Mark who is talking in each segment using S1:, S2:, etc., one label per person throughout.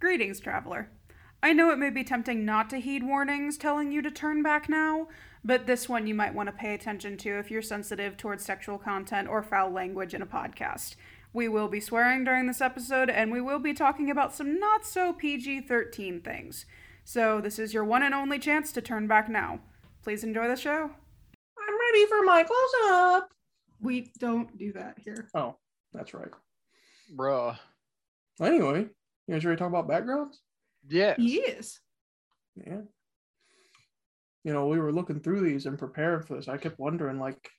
S1: Greetings, traveler. I know it may be tempting not to heed warnings telling you to turn back now, but this one you might want to pay attention to if you're sensitive towards sexual content or foul language in a podcast. We will be swearing during this episode, and we will be talking about some not so PG 13 things. So, this is your one and only chance to turn back now. Please enjoy the show.
S2: I'm ready for my close up.
S3: We don't do that here.
S2: Oh, that's right.
S4: Bruh.
S2: Anyway, you guys ready to talk about backgrounds?
S4: Yeah.
S3: Yes.
S2: Yeah. You know, we were looking through these and preparing for this. I kept wondering, like,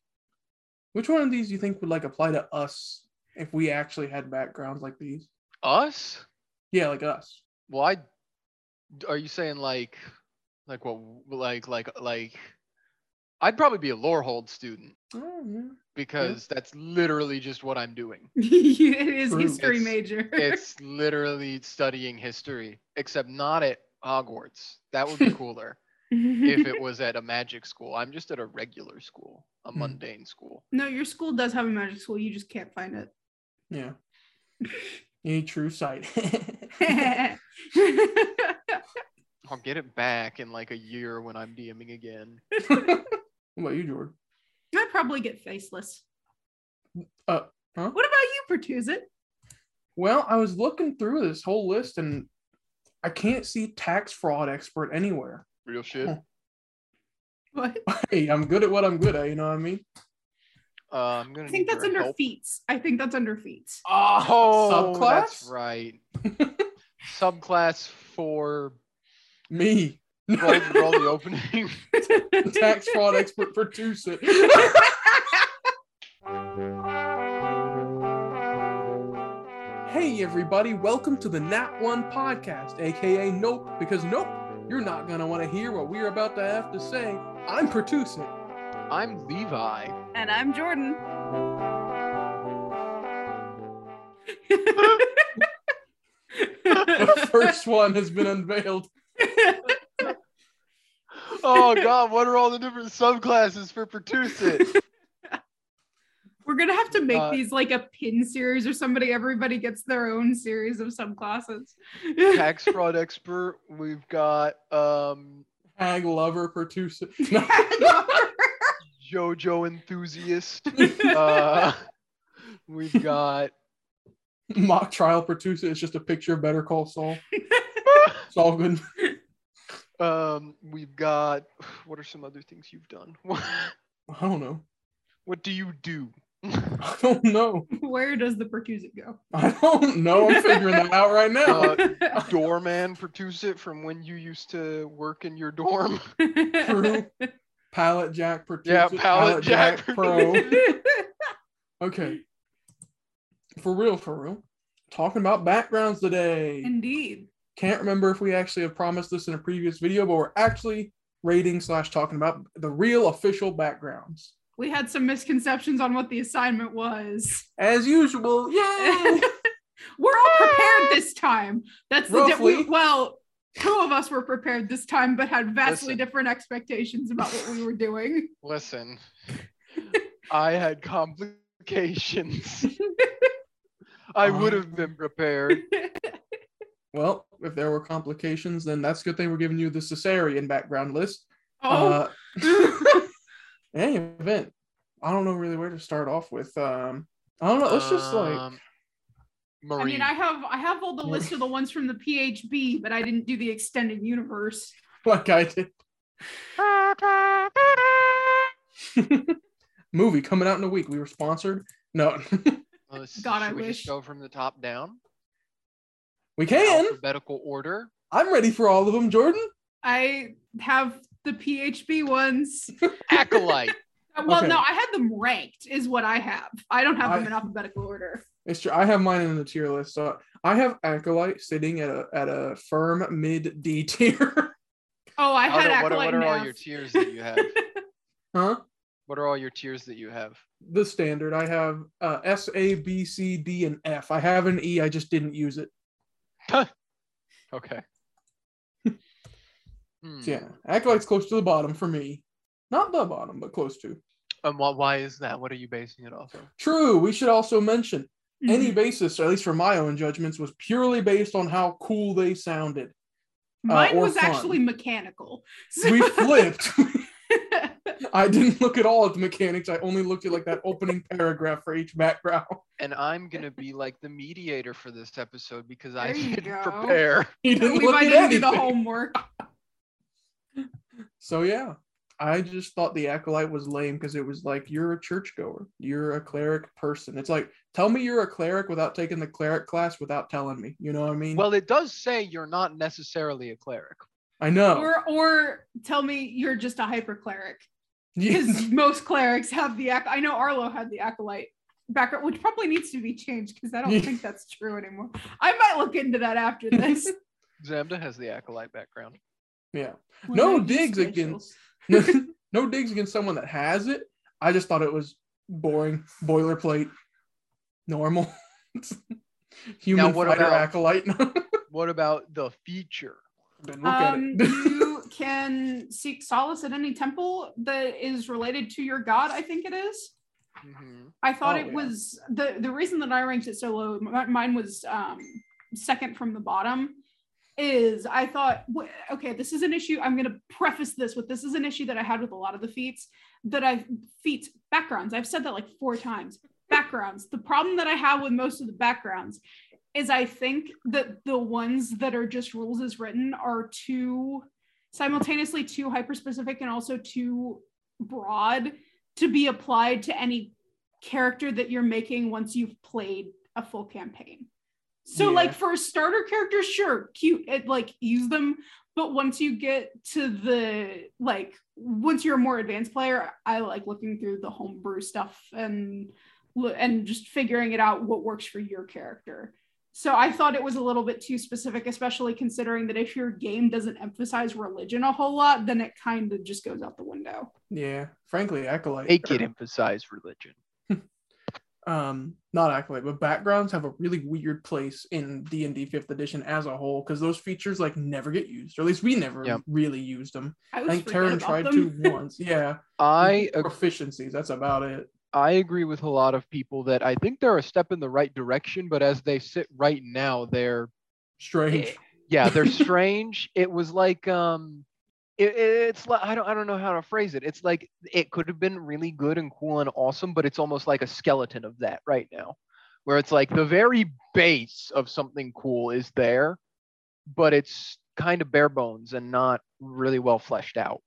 S2: which one of these do you think would like apply to us if we actually had backgrounds like these?
S4: Us?
S2: Yeah, like us.
S4: Well, I. Are you saying like, like what, like, like, like? I'd probably be a Lorehold student
S2: Oh, yeah.
S4: because that's literally just what I'm doing.
S3: it is
S2: True.
S3: history
S4: It's-
S3: major.
S4: It's literally studying history, except not at Hogwarts. That would be cooler if it was at a magic school. I'm just at a regular school, a
S2: Hmm.
S4: mundane school.
S3: no, your school does have a magic school. You just can't find it.
S2: yeah. Any true sight.
S4: I'll get it back in like a year when I'm DMing again.
S2: what about you, Jordan?
S3: I'd probably get faceless.
S2: Uh, huh?
S3: What about you, Pertuzit?
S2: Well, I was looking through this whole list and I can't see tax fraud expert anywhere.
S4: Real shit.
S3: What?
S2: Hey, I'm good at what I'm good at, you know what I mean?
S4: Uh, I'm gonna.
S3: I think
S4: need
S3: that's
S4: your
S3: under
S4: help.
S3: feats. I think that's under feats.
S2: Ah,
S4: Oh, That's
S2: Subclass?
S4: right. subclass for
S2: Me.
S4: roll, roll the opening.
S2: tax fraud expert for Tucson. hey everybody, welcome to the Nat One podcast, aka Nope, because nope, you're not gonna want to hear what we're about to have to say. I'm producing.
S4: I'm Levi.
S1: And I'm Jordan.
S2: The first one has been unveiled.
S4: Oh God, what are all the different subclasses for Pertusit?
S3: We're gonna have to make
S4: Uh,
S3: these like a pin series or somebody. Everybody gets their own series of subclasses.
S4: Tax fraud expert. We've got um,
S2: Hag lover Pertusa.
S4: JoJo enthusiast. Uh, we've got
S2: Mock trial Pertusa is just a picture of Better Call Saul. It's all good.
S4: um, we've got. What are some other things you've done? What,
S2: I don't know.
S4: what do you do?
S2: I don't know.
S3: Where does the Pertuzit go?
S2: I don't know. I'm figuring that out right now.
S4: Uh, doorman Pertusit from when you used to work in your dorm.
S2: True. Pallet Jack Pro.
S4: Yeah, Pallet Jack
S2: Pro. Okay. For real, for real. Talking about backgrounds today.
S3: Indeed.
S2: Can't remember if we actually have promised this in a previous video, but we're actually rating slash talking about the real official backgrounds.
S3: We had some misconceptions on what the assignment was.
S2: As usual, yay!
S3: We're all prepared this time. That's the di- we,
S2: Roughly.
S3: well, two of us were prepared this time, but had vastly
S4: Listen.
S3: different expectations about what we were doing.
S4: Listen, I had complications. I
S3: Um,
S4: would have been prepared.
S2: well, if there were complications, then that's a good thing we're giving you the Caesarian background list.
S3: Oh,
S2: Uh, in any event, I don't know really where to start off with. Um, I don't know. Let's just like
S4: Um,
S3: I
S4: Marie.
S3: mean, I have I have all the
S2: Yeah.
S3: list of the ones from the PHB, but I didn't do the extended universe.
S2: like I did. Movie coming out in a week. We were sponsored. No,
S4: Let's see,
S3: God, I
S4: should we
S3: wish.
S4: just go from the top down.
S2: we can.
S4: Alphabetical order.
S2: I'm ready for all of them, Jordan.
S3: I have the PHB ones. Uh,
S4: Acolyte.
S3: Well,
S2: Okay.
S3: no, I had them ranked, is what I have. I don't have them
S2: I-
S3: in alphabetical order.
S2: It's true. I have mine in the tier list. So I have Acolyte sitting at a at a firm mid D tier.
S3: Oh, I
S4: How
S3: had
S4: do- what, are-
S3: acolyte
S4: what are all
S3: and
S4: your
S3: F.
S4: tiers that you have?
S2: huh?
S4: What are all your tiers that you have?
S2: The standard. I have uh, S, A, B, C, D, and F. I have an E. I just didn't use it.
S4: Okay. Hmm.
S2: So yeah, Acolyte's close to the bottom for me. Not the bottom, but close to.
S4: Um, And why, why is that? What are you basing it off of?
S2: True. We should also mention
S3: Mm-hmm.
S2: any basis, at least for my own judgments, was purely based on how cool they sounded.
S3: Mine
S2: Uh, or
S3: was
S2: fun.
S3: actually mechanical. So-
S2: We flipped. I didn't look at all at the mechanics. I only looked at like that opening paragraph for each background.
S4: And I'm gonna be like the mediator for this episode because I
S3: There you
S4: didn't
S3: go.
S4: prepare.
S2: He
S3: I
S2: didn't
S3: believe
S2: look
S3: I
S2: at
S3: didn't do
S2: anything.
S3: the homework.
S2: So yeah, I just thought the acolyte was lame because it was like you're a churchgoer, you're a cleric person. It's like tell me you're a cleric without taking the cleric class without telling me. You know what I mean?
S4: Well, it does say you're not necessarily a cleric.
S2: I know.
S3: Or or tell me you're just a hyper cleric.
S2: Yes.
S3: Because most clerics have the ac- I know Arlo had the acolyte background, which probably needs to be changed because I don't
S2: Yeah.
S3: think that's true anymore. I might look into that after this.
S4: Zamda has the acolyte background.
S2: Yeah.
S3: When
S2: No
S3: I do
S2: digs
S3: specials.
S2: against- no digs against someone that has it. I just thought it was boring, boilerplate, normal. Human
S4: Now, what
S2: fighter
S4: about-
S2: acolyte.
S4: What about the feature?
S2: Didn't look at
S3: Um,
S2: it.
S3: you can seek solace at any temple that is related to your god. I think it is.
S4: Mhm.
S3: I thought
S2: Oh,
S3: it
S2: yeah.
S3: was the the reason that I ranked it so low. mi- Mine was um, second from the bottom. Is I thought wh- okay, this is an issue. I'm going to preface this with this is an issue that I had with a lot of the feats that I feats backgrounds. I've said that like four times. Backgrounds. The problem that I have with most of the backgrounds is I think that the ones that are just rules as written are too simultaneously too hyper specific and also too broad to be applied to any character that you're making once you've played a full campaign. So
S2: Yeah.
S3: like for a starter character, sure, cute, it like use them. But once you get to the like once you're a more advanced player, I like looking through the homebrew stuff and lo- and just figuring it out what works for your character. So I thought it was a little bit too specific, especially considering that if your game doesn't emphasize religion a whole lot, then it kind of just goes out the window.
S2: Yeah. Frankly, acolyte.
S4: Make it emphasize religion.
S2: um not acolyte but backgrounds have a really weird place in d&d 5th edition as a whole because those features like never get used or at least we never
S4: Yep.
S2: really used them
S3: I,
S2: i
S3: always
S2: think
S3: forget
S2: Terran
S3: about
S2: tried
S3: them.
S2: to once yeah
S4: I
S3: Mm-hmm.
S4: ag-
S2: proficiencies that's about it
S4: I agree with a lot of people that I think they're a step in the right direction, but as they sit right now, they're
S2: strange
S4: yeah, they're strange. It was like um it, it's like I don't I don't know how to phrase it. It's like it could have been really good and cool and awesome, but it's almost like a skeleton of that right now. Where it's like the very base of something cool is there, but it's kind of bare bones and not really well fleshed out.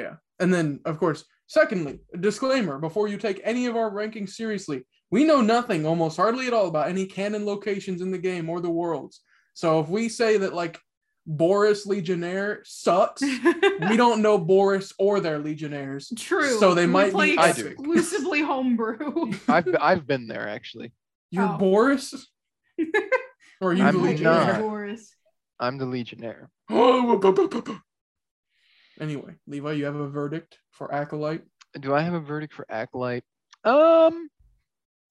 S2: yeah and then of course secondly a disclaimer before you take any of our rankings seriously we know nothing almost hardly at all about any canon locations in the game or the worlds so if we say that like boris legionnaire sucks we don't know boris or their legionnaires
S3: True.
S2: So they
S3: We
S2: might be
S3: play
S4: I do.
S3: exclusively homebrew.
S4: I've I've been there actually.
S2: You're
S3: Oh.
S2: Boris? or are you
S4: I'm
S2: the
S4: not.
S2: legionnaire?
S3: Boris.
S4: I'm the legionnaire.
S2: anyway, Levi, you have a verdict for Acolyte?
S4: Do I have a verdict for Acolyte? Um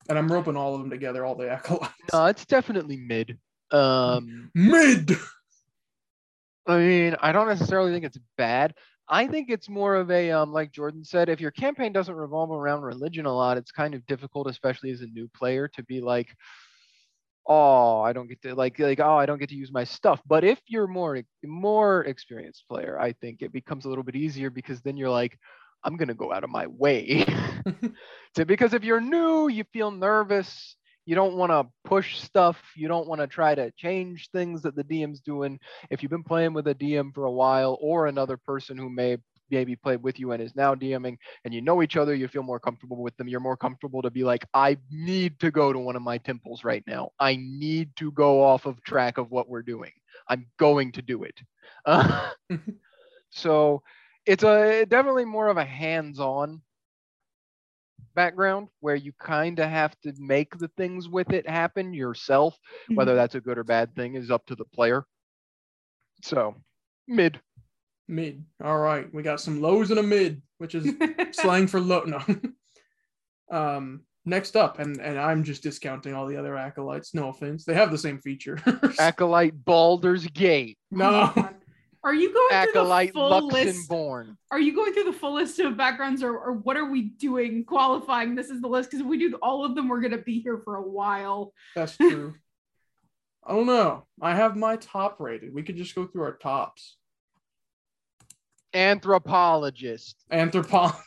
S2: And I'm roping all of them together, all the Acolytes.
S4: No, it's definitely mid. Um,
S2: Mid!
S4: I mean, I don't necessarily think it's bad. I think it's more of a um, like Jordan said, if your campaign doesn't revolve around religion a lot, it's kind of difficult, especially as a new player, to be like, oh, I don't get to like like oh, I don't get to use my stuff. But if you're more more experienced player, I think it becomes a little bit easier because then you're like, I'm gonna go out of my way. to, because if you're new, you feel nervous. You don't want to push stuff. You don't want to try to change things that the DM's doing. If you've been playing with a DM for a while or another person who may maybe played with you and is now DMing and you know each other, you feel more comfortable with them. You're more comfortable to be like, I need to go to one of my temples right now. I need to go off of track of what we're doing. I'm going to do it. so it's a definitely more of a hands-on background where you kind of have to make the things with it happen yourself
S2: Mm-hmm.
S3: Mm-hmm.
S4: whether that's a good or bad thing is up to the player so mid
S2: Mid. All right. We got some lows and a mid, which is slang for low. No. um, next up, and, and I'm just discounting all the other Acolytes. No offense. They have the same feature.
S4: acolyte baldur's gate
S3: Oh my
S2: no.
S3: God. Are you going
S4: acolyte
S3: through the full list?
S4: Luxembourg.
S3: Are you going through the full list of backgrounds, or, or what are we doing qualifying? This is the list because if we do all of them, we're gonna be here for a while.
S2: That's true. I don't know. I have my top rated. We could just go through our tops.
S4: Anthropologist.
S2: Anthropology.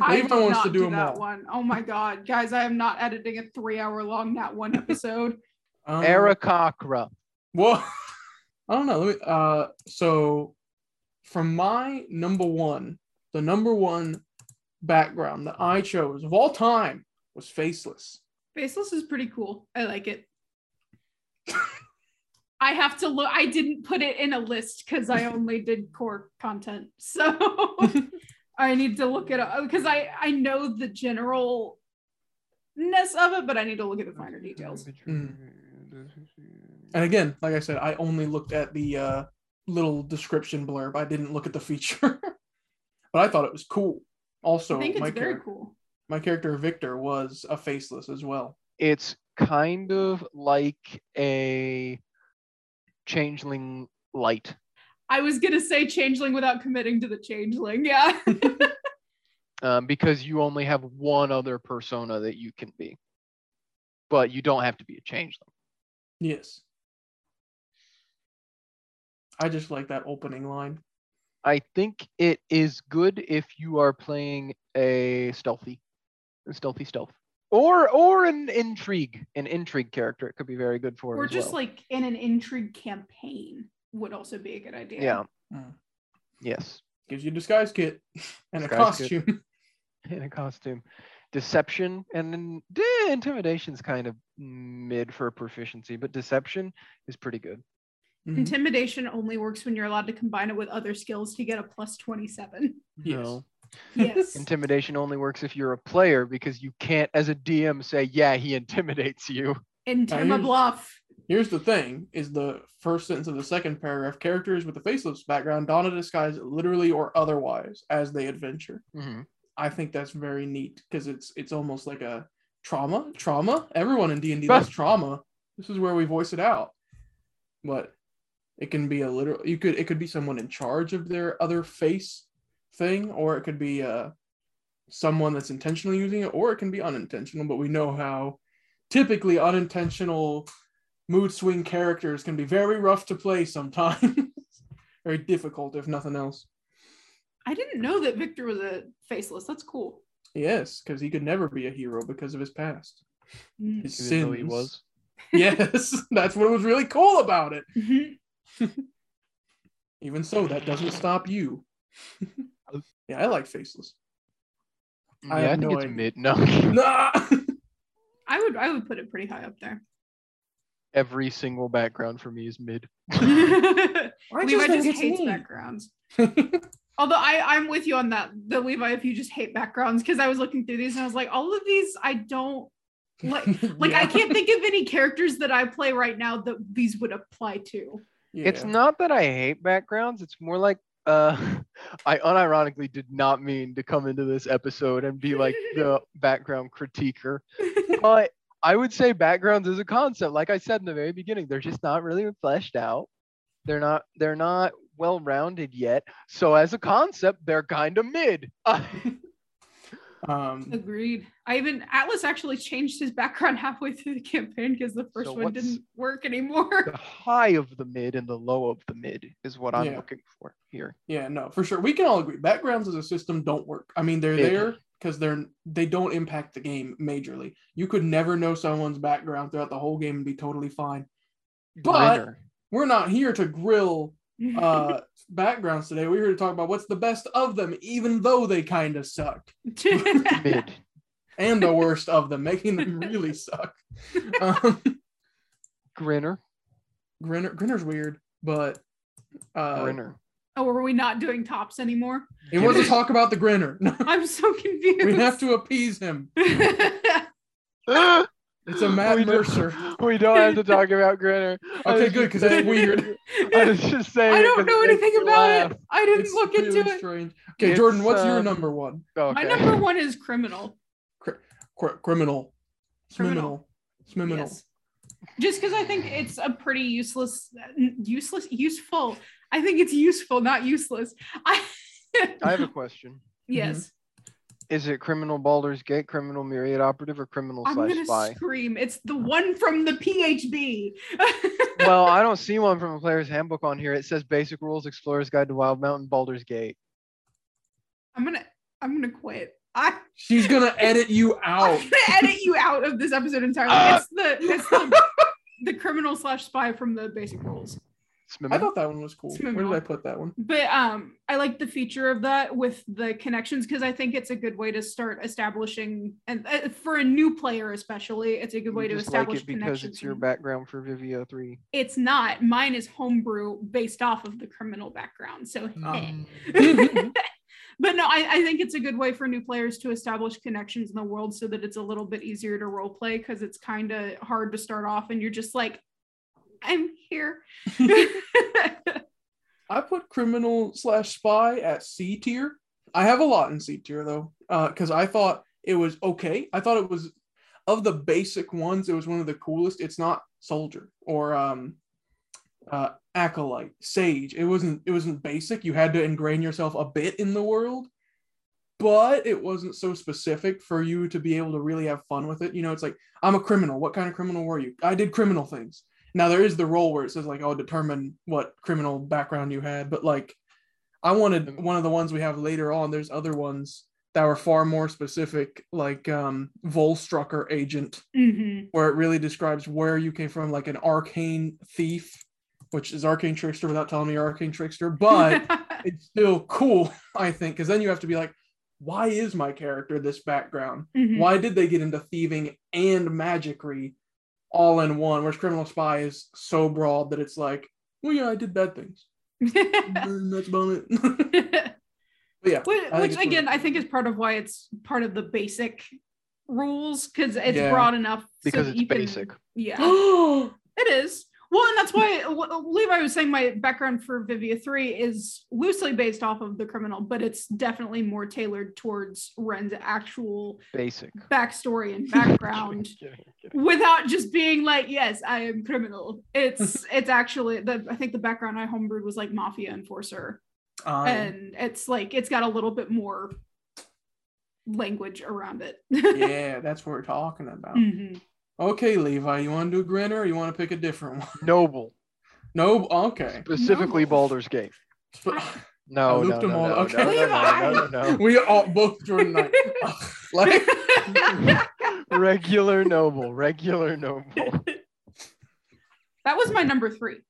S3: I
S2: Levi
S3: did
S2: wants
S3: not
S2: to do, them
S3: that
S2: all.
S3: one. Oh my god, guys! I am not editing a three-hour-long that one episode.
S2: Um,
S4: Aracocra.
S2: Well, I don't know. Let me. Uh, so from my number one, the number one background that I chose of all time was faceless.
S3: Faceless is pretty cool. I like it. I have to look. I didn't put it in a list because I only did core content, so I need to look it up because I I know the generalness of it, but I need to look at the finer details.
S4: Mm.
S2: And again, like I said, I only looked at the uh, little description blurb. I didn't look at the feature, but I thought it was cool. Also,
S3: I think
S2: my
S3: it's very
S2: character,
S3: cool.
S2: my character Victor was a faceless as well.
S4: It's kind of like a changeling light.
S3: I was gonna say changeling without committing to the changeling. Yeah,
S4: um, because you only have one other persona that you can be, but you don't have to be a changeling.
S2: Yes. I just like that opening line.
S4: I think it is good if you are playing a stealthy, a stealthy stealth, or or an intrigue, an intrigue character. It could be very good for. it
S3: or
S4: as
S3: just
S4: well.
S3: like in an intrigue campaign would also be a good idea.
S4: yeah,
S2: Mm.
S4: yes,
S2: Gives you a disguise kit and a
S4: Disguise kit.
S2: costume.
S4: in a costume, deception, and then eh, intimidation's kind of mid for proficiency, but deception is pretty good.
S2: Mhm.
S3: Intimidation only works when you're allowed to combine it with other skills to get a plus 27.
S2: Yes.
S3: Yes.
S4: Intimidation only works if you're a player because you can't, as a DM, say, "Yeah, he intimidates you."
S3: Intima
S2: Nice.
S3: bluff.
S2: Here's the thing: is the first sentence of the second paragraph. Characters with a faceless background don a disguise, literally or otherwise, as they adventure. I think that's very neat because it's it's almost like a trauma. Trauma. Everyone in D and D loves trauma. This is where we voice it out. But it can be a literal. You could it could be someone in charge of their other face thing, or it could be uh someone that's intentionally using it, or it can be unintentional. But we know how typically unintentional mood swing characters can be very rough to play sometimes. very difficult, if nothing else.
S3: I didn't know that Victor was a faceless. That's cool.
S2: Yes, because he could never be a hero because of his past.
S3: Mm.
S2: his
S4: Even though he
S2: sins.
S4: was.
S2: yes, that's what was really cool about it.
S3: Mhm.
S2: Even so, that doesn't stop you. yeah, I like faceless. I
S4: yeah, I
S2: have
S4: think
S2: no
S4: it's
S2: idea.
S4: mid. No,
S2: Nah!
S3: I would I would put it pretty high up there.
S4: every single background for me is mid.
S3: Levi
S2: I
S3: just hates backgrounds. Although I, I'm with you on that, the Levi, if you just hate backgrounds, because I was looking through these and I was like, all of these I don't like like I can't think of any characters that I play right now that these would apply to.
S4: It's not that I hate backgrounds. It's more like uh, I unironically did not mean to come into this episode and be like the background critiquer, but I would say backgrounds as a concept, like I said in the very beginning, they're just not really fleshed out. They're not. They're not well rounded yet. So as a concept, they're kind of mid.
S2: Um,
S3: Agreed. I even Atlas actually changed his background halfway through the campaign because the first
S4: So
S3: one
S4: what's-
S3: didn't work anymore.
S4: the high of the mid and the low of the mid is what I'm
S2: Yeah.
S4: looking for here.
S2: yeah, no, for sure. We can all agree backgrounds as a system don't work. I mean, they're
S4: Yeah.
S2: there because they're they don't impact the game majorly. You could never know someone's background throughout the whole game and be totally fine. But-
S4: Grinner.
S2: We're not here to grill uh backgrounds today. We're here to talk about what's the best of them, even though they kind of suck.
S4: mid.
S2: and the worst of them, making them really suck. Um,
S4: Grinner.
S2: Grinner, Grinner's weird, but uh,
S4: Grinner.
S3: oh, are we not doing tops anymore?
S2: it was a talk about the Grinner.
S3: I'm so confused.
S2: we have to appease him. It's a Matt
S4: We don't-
S2: Mercer.
S4: we don't have to talk about Grinner. I
S2: Okay, good
S4: was just
S2: because that's
S4: saying-
S2: weird.
S4: I was just saying.
S3: I
S4: it
S3: don't
S4: 'cause
S3: know
S4: it makes
S3: anything
S4: me
S3: about
S4: laugh.
S3: it. I didn't
S2: It's
S3: look
S2: really
S3: into it.
S2: strange. Okay, Jordan,
S4: It's,
S2: what's
S4: uh,
S2: your number one?
S4: Okay.
S3: My number one is criminal.
S2: Cr- criminal. Smiminal.
S3: Criminal.
S2: Smiminal.
S3: Yes. Just because I think it's a pretty useless, useless, useful. I think it's useful, not useless. I,
S4: I have a question.
S3: yes,
S4: Is it criminal Baldur's Gate, criminal myriad operative, or criminal
S3: I'm
S4: slash
S3: gonna
S4: spy?
S3: scream. It's the one from the PHB.
S4: well, I don't see one from a player's handbook on here. It says basic rules, explorer's guide to Wild Mountain, Baldur's Gate.
S3: I'm gonna I'm gonna quit. I,
S2: She's gonna edit you
S3: I'm
S4: Oh.
S2: out.
S3: gonna edit you out of this episode entirely.
S4: Ah.
S3: it's the it's the, the criminal slash spy from the basic rules.
S4: Smim-
S2: I thought that one was cool.
S3: Smooth
S2: Where did
S3: one.
S2: I put that one?
S3: But um I like the feature of that with the connections because I think it's a good way to start establishing and uh, for a new player especially, it's a good
S4: You
S3: way to
S4: just like
S3: establish
S4: it because it's your
S3: connections.
S4: background for Vivio 3.
S3: It's not. Mine is homebrew based off of the criminal background. So
S4: Um,
S3: eh. but no, I, I think it's a good way for new players to establish connections in the world so that it's a little bit easier to role play because it's kind of hard to start off and you're just like, I'm here.
S2: I put criminal slash spy at C tier. I have a lot in C tier though, because I thought it was okay. I thought it was of the basic ones. It was one of the coolest. It's not soldier or um, uh, acolyte, sage. It wasn't. It wasn't basic. You had to ingrain yourself a bit in the world, but it wasn't so specific for you to be able to really have fun with it. You know, it's like I'm a criminal. What kind of criminal were you? I did criminal things. Now there is the role where it says like, "Oh, determine what criminal background you had," but like, I wanted one of the ones we have later on. There's other ones that were far more specific, like um, Volstrucker agent,
S3: Mhm.
S2: where it really describes where you came from, like an arcane thief, which is arcane trickster without telling me you're arcane trickster, but it's still cool, I think, because then you have to be like, "Why is my character this background?"
S3: Mhm.
S2: Why did they get into thieving and magicry all in one? Whereas criminal spy is so broad that it's like, well, yeah, I did bad things. And That's about it. but yeah,
S3: Whi-
S2: think
S3: which
S2: it's really
S3: again i
S2: cool.
S3: think is part of why it's part of the basic rules because it's
S2: Yeah.
S3: broad enough so
S4: Because
S3: that
S4: it's
S3: you can-
S4: basic.
S3: yeah it is well and that's why wh- levi was saying my background for vivia 3 is loosely based off of the criminal but it's definitely more tailored towards ren's actual
S4: Basic.
S3: backstory and background without just being like yes i am criminal it's it's actually the i think the background i homebrewed was like mafia enforcer
S2: Um,
S3: and it's like it's got a little bit more language around it.
S2: yeah, that's what we're talking about.
S3: Mhm.
S2: Okay, Levi, you want to do Grinner or you want to pick a different one?
S4: Noble.
S2: No, okay.
S4: Specifically
S3: Noble.
S4: Baldur's Gate.
S2: But I
S4: No, no,
S2: looped
S4: no,
S2: them all.
S4: no,
S2: Okay.
S4: no, no, no, no, no,
S2: we all both Jordan and I. Ugh, like,
S4: no. Regular noble. Regular noble.
S3: that was my number three.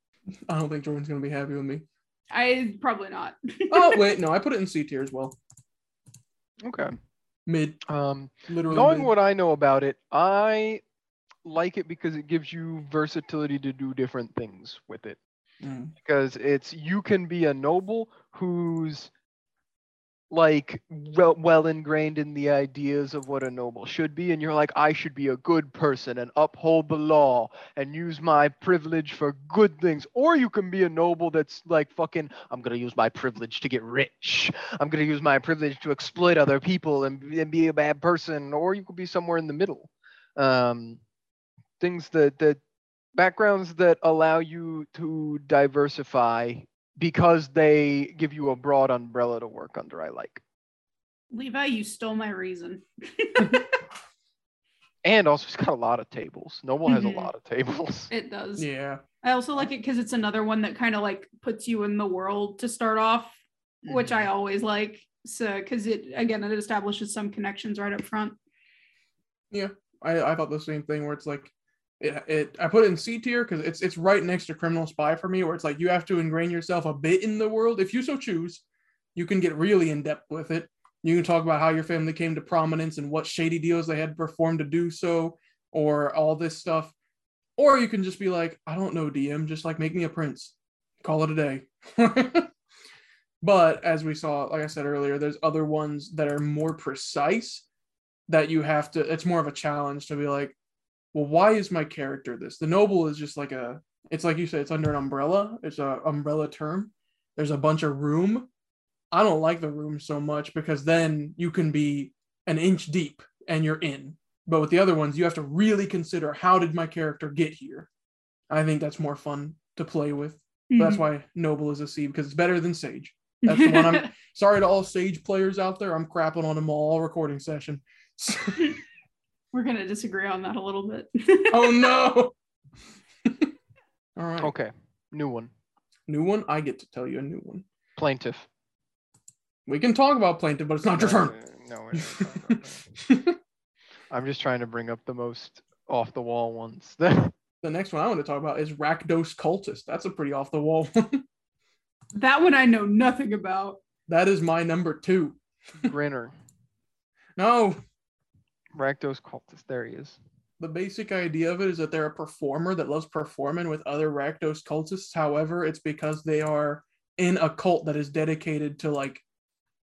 S2: I don't think Jordan's gonna be happy with me.
S3: I probably not.
S2: Oh wait, no, I put it in C tier as well.
S4: Okay.
S2: Mid,
S4: Um,
S2: literally.
S4: knowing
S2: mid.
S4: what I know about it, I like it because it gives you versatility to do different things with it.
S2: Mm.
S4: because it's you can be a noble who's like well, well ingrained in the ideas of what a noble should be and you're like I should be a good person and uphold the law and use my privilege for good things or you can be a noble that's like fucking I'm going to use my privilege to get rich I'm going to use my privilege to exploit other people and, and be a bad person or you could be somewhere in the middle um things that that backgrounds that allow you to diversify because they give you a broad umbrella to work under i like
S3: Levi, you stole my reason.
S4: and also it's got a lot of tables noble has a
S3: Mhm.
S4: lot of tables
S3: It does.
S2: Yeah.
S3: I also like it because it's another one that kind of like puts you in the world to start off, which
S2: Mm-hmm.
S3: I always like. So, because it again, it establishes some connections right up front.
S2: I, I thought the same thing where it's like it, it I put it in C tier because it's it's right next to criminal spy for me where it's like you have to ingrain yourself a bit in the world if you so choose you can get really in depth with it you can talk about how your family came to prominence and what shady deals they had to perform to do so or all this stuff or you can just be like I don't know DM just like make me a prince call it a day but as we saw like I said earlier there's other ones that are more precise that you have to it's more of a challenge to be like well why is my character this the noble is just like a it's like you said it's under an umbrella it's a umbrella term there's a bunch of room i don't like the room so much because then you can be an inch deep and you're in but with the other ones you have to really consider how did my character get here i think that's more fun to play with
S3: Mm-hmm.
S2: But that's why Noble is a C because it's better than Sage. That's the one I'm sorry to all Sage players out there. I'm crapping on them all recording session.
S3: We're gonna disagree on that a little bit.
S2: oh no. all right.
S4: Okay, new one.
S2: New one. I get to tell you a new one.
S4: Plaintiff.
S2: We can talk about plaintiff, but it's not your
S4: No,
S2: turn.
S4: No, no, no, no, no. I'm just trying to bring up the most off the wall ones.
S2: The next one I want to talk about is Rakdos Cultist. That's a pretty off the wall one.
S3: that one I know nothing about.
S2: that is my number two.
S4: Grinner,
S2: No,
S4: Rakdos cultist. There he is.
S2: the basic idea of it is that they're a performer that loves performing with other Rakdos cultists. However, it's because they are in a cult that is dedicated to like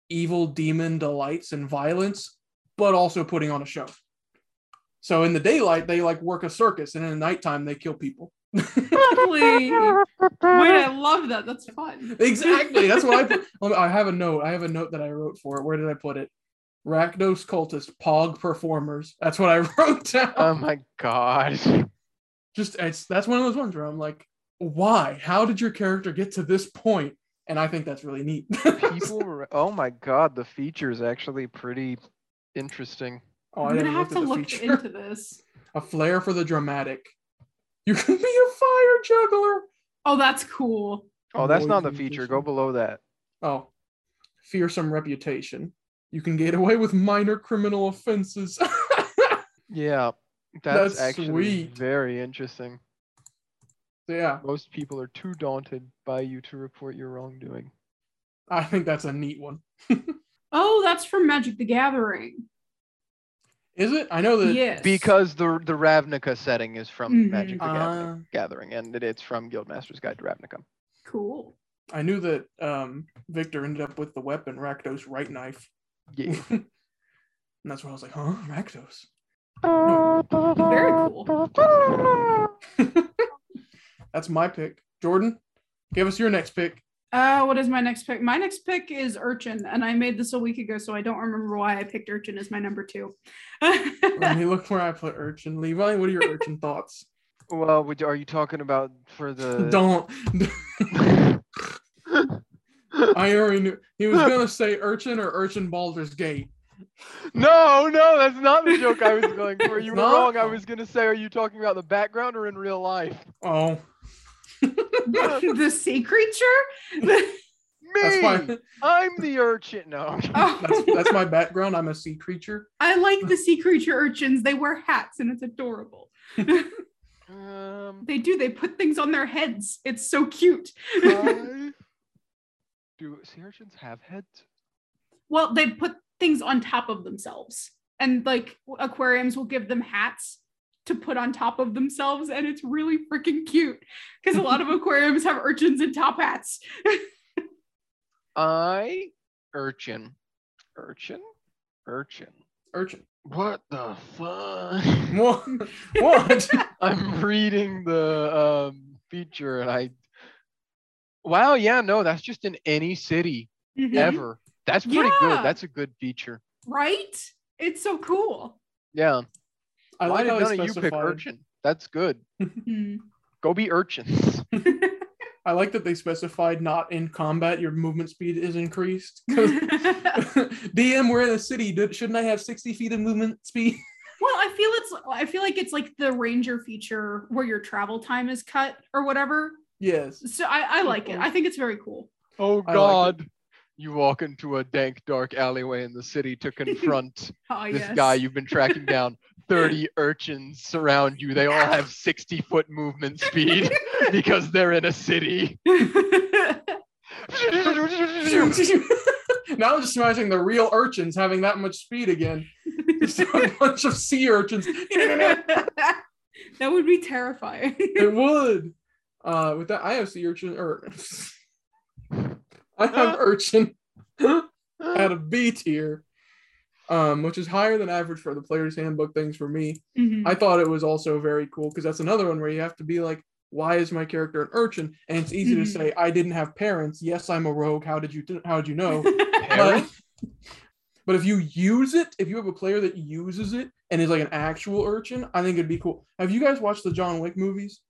S2: evil demon delights and violence, but also putting on a show. So in the daylight, they like work a circus, and in the nighttime, they kill people.
S3: Lovely. Wait, I love that. That's fun.
S2: exactly. That's what I put. let me- I have a note. I have a note that I wrote for it. Where did I put it? Rakdos cultist, pog performers. That's what I wrote down.
S4: Oh my god.
S2: just it's that's one of those ones where I'm like, why? How did your character get to this point? And I think that's really neat.
S4: People. were- Oh my god. The feature's actually pretty interesting.
S2: oh,
S3: I'm gonna
S2: didn't
S3: have to look
S2: feature.
S3: into this.
S2: a flair for the dramatic. You can be a fire juggler.
S3: Oh, that's cool.
S4: Oh,
S2: I'm
S4: that's
S2: away
S4: not the
S2: from
S4: feature.
S2: this
S4: Go
S2: one.
S4: below that.
S2: Oh, fearsome reputation. You can get away with minor criminal offenses.
S4: Yeah, that's,
S2: That's
S4: actually
S2: sweet.
S4: very interesting.
S2: yeah,
S4: Most people are too daunted by you to report your wrongdoing.
S2: I think that's a neat one.
S3: Oh, that's from Magic the Gathering.
S2: Is it? I know that.
S3: Yes.
S4: Because the the Ravnica setting is from
S3: Mhm.
S4: Magic the Gathering,
S2: Uh,
S4: Gathering, and it- it's from Guildmaster's Guide to Ravnica.
S3: cool.
S2: I knew that um, Victor ended up with the weapon Rakdos right knife.
S4: Yeah.
S2: and that's where I was like, huh, Rakdos.
S3: Very cool.
S2: That's my pick. Jordan, give us your next pick.
S3: Uh, what is my next pick? My next pick is Urchin, and I made this a week ago, so I don't remember why I picked Urchin as my number two.
S2: Let me look where I put urchin. Levi, what are your urchin thoughts?
S4: Well, would, are you talking about for the?
S2: Don't. I already knew he was gonna say urchin or urchin Baldur's Gate.
S4: no, no, that's not the joke I was going for. You were
S2: Not?
S4: wrong. I was going to say, are you talking about the background or in real life?
S2: Oh,
S3: the sea creature.
S4: Me,
S2: that's my
S4: I'm the urchin. No.
S3: oh,
S2: that's, that's my background. I'm a sea creature.
S3: I like the sea creature urchins. They wear hats, and it's adorable.
S4: Um,
S3: They do. They put things on their heads. It's so cute.
S4: I- Do sea urchins have heads?
S3: Well, they put things on top of themselves, and like aquariums will give them hats to put on top of themselves, and it's really freaking cute because a lot of aquariums have urchins and top hats.
S4: I urchin. Urchin? Urchin.
S2: Urchin.
S4: What the fuck?
S2: What? What?
S4: I'm reading the um, feature and I Wow, yeah, no, that's just in any city
S3: Mhm.
S4: ever. That's pretty
S3: Yeah.
S4: good. That's a good feature.
S3: Right? It's so cool.
S4: Yeah.
S2: I
S4: Why
S2: like
S4: did
S2: how
S4: none
S2: he
S4: of you pick
S2: specified.
S4: urchin? That's good. Go be urchins.
S2: I like that they specified not in combat. Your movement speed is increased. 'Cause
S3: well,
S2: DM, we're in a city. Dude, shouldn't I have 60 feet of movement speed?
S3: I feel it's I feel like it's like the ranger feature where your travel time is cut or whatever.
S2: yes.
S3: So I, I like it. I think it's very cool.
S4: Oh
S2: I like it.
S4: god. you walk into a dank dark alleyway in the city to confront
S3: Oh
S4: this
S3: yes.
S4: guy you've been tracking down 30 urchins surround you they all have 60 foot movement speed because they're in a city
S2: now I'm just imagining the real urchins having that much speed again. Just a bunch of sea urchins. it
S3: that would be terrifying.
S2: would. Uh, with that, I have sea urchin or I have urchin at a B tier, um, which is higher than average for the player's handbook things for me.
S3: Mhm.
S2: I thought it was also very cool because that's another one where you have to be like, why is my character an urchin? And it's easy
S3: Mhm.
S2: to say, I didn't have parents. Yes, I'm a rogue. How did you? How did you know? But,
S4: Parents?
S2: but if you use it, if you have a player that uses it and is like an actual urchin, I think it'd be cool. Have you guys watched the John Wick movies?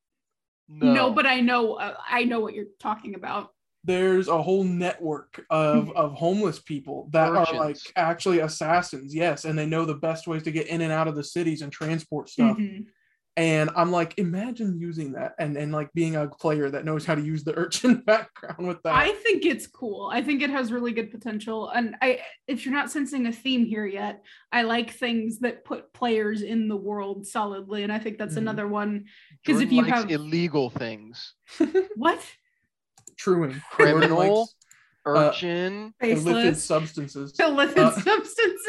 S3: No, but I know uh, I know what you're talking about.
S2: There's a whole network of of homeless people that are like
S4: Urchins.
S2: actually assassins. Yes, and they know the best ways to get in and out of the cities and transport
S4: Mm-hmm.
S2: stuff.
S3: Mhm.
S2: And I'm like, imagine using that and and like being a player that knows how to use the urchin background with that.
S3: I think it's cool. I think it has really good potential. And I, if you're not sensing a theme here yet, I like things that put players in the world solidly. And I think that's
S2: Mhm.
S3: another one. 'Cause if
S4: Jordan
S3: you
S4: likes
S3: have-
S4: illegal things,
S3: What?
S2: Truing
S4: Criminal.
S2: Uh,
S4: urchin,
S2: illicit
S3: Faceless.
S2: substances.
S3: Illicit
S2: Uh,
S3: substances.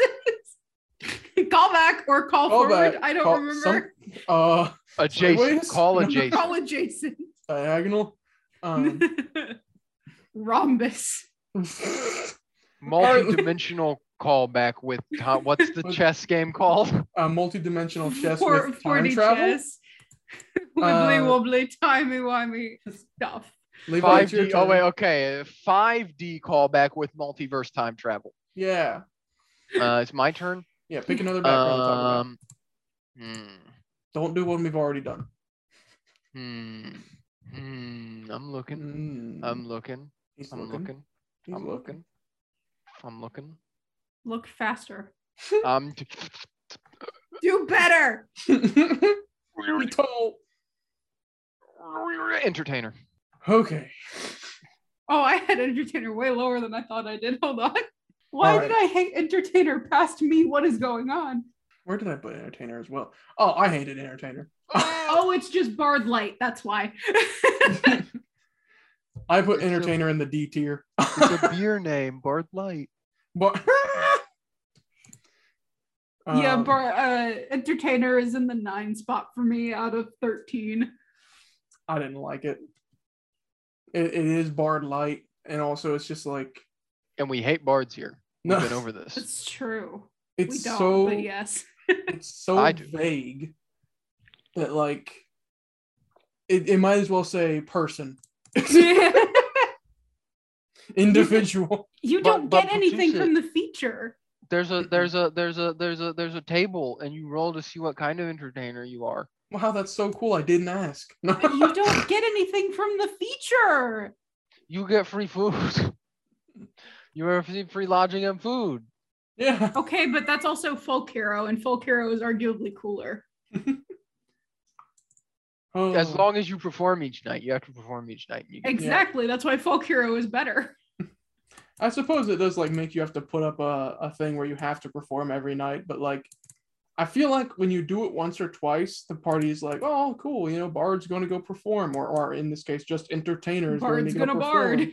S3: call back or call,
S2: Call
S3: forward.
S2: back.
S3: I don't
S2: Call-
S3: remember.
S2: some- Uh,
S4: adjacent,
S2: sideways?
S4: call
S2: No.
S4: adjacent.
S3: Call adjacent.
S2: diagonal. Um,
S3: Rhombus.
S4: multi-dimensional callback with to- what's the
S2: With-
S4: chess game called?
S2: uh, multi-dimensional chess
S3: Four-
S2: with time travel.
S3: chess. Wibbly
S2: Uh,
S3: wobbly, timey wimey stuff.
S2: Levi,
S4: Five
S2: it's your
S4: D. Oh
S2: turn.
S4: wait, okay, five D callback with multiverse time travel.
S2: Yeah,
S4: Uh, it's my turn.
S2: yeah. Pick another background. to talk about.
S4: Um, hmm,
S2: Don't do one we've already done.
S4: hmm, hmm, I'm looking.
S2: Mm.
S4: I'm looking.
S2: He's
S4: I'm
S2: looking.
S4: looking.
S2: He's
S4: I'm looking. I'm looking.
S3: Look faster.
S4: I'm. t-
S3: Do better.
S2: You told.
S4: Um, Entertainer.
S2: Okay.
S3: Oh, I had entertainer way lower than I thought I did. Hold on. Why
S2: All
S3: did I hate entertainer past me? What is going on?
S2: Where did I put entertainer as well? Oh, I hated entertainer.
S3: Oh, it's just barred light. That's why.
S2: I put
S4: It's a-
S2: entertainer in the D tier.
S4: It's a beer name, Bard Light.
S2: but,
S3: yeah,
S2: Um,
S3: bar, uh, entertainer is in the nine spot for me out of 13.
S2: I didn't like it. It, it is barred light, and also it's just like
S4: And we hate bards here. We've
S2: no,
S4: been over this.
S3: It's true. we
S2: it's
S3: don't,
S2: so
S3: but yes.
S2: it's so
S4: I do.
S2: vague that like it, it might as well say person,
S3: you
S2: individual.
S3: don't
S4: but
S3: get anything
S4: Patricia-
S3: from the feature.
S4: There's a there's a there's a there's a there's a table, and you roll to see what kind of entertainer you are.
S2: wow, that's so cool. I didn't ask. No.
S3: You don't get anything from the feature.
S4: You get free food. You are free, free lodging and food.
S2: yeah.
S3: Okay, but that's also folk hero, and folk hero is arguably cooler.
S2: Oh,
S4: As long as you perform each night, you have to perform each night. You get,
S3: Exactly. That's why folk hero is better.
S2: I suppose it does like make you have to put up a, a thing where you have to perform every night, but like I feel like when you do it once or twice, the party's like, oh, cool, you know, Bard's going to go perform, or, or in this case, just entertainers. going
S3: Bard's
S2: to go
S3: gonna
S2: perform.
S3: bard.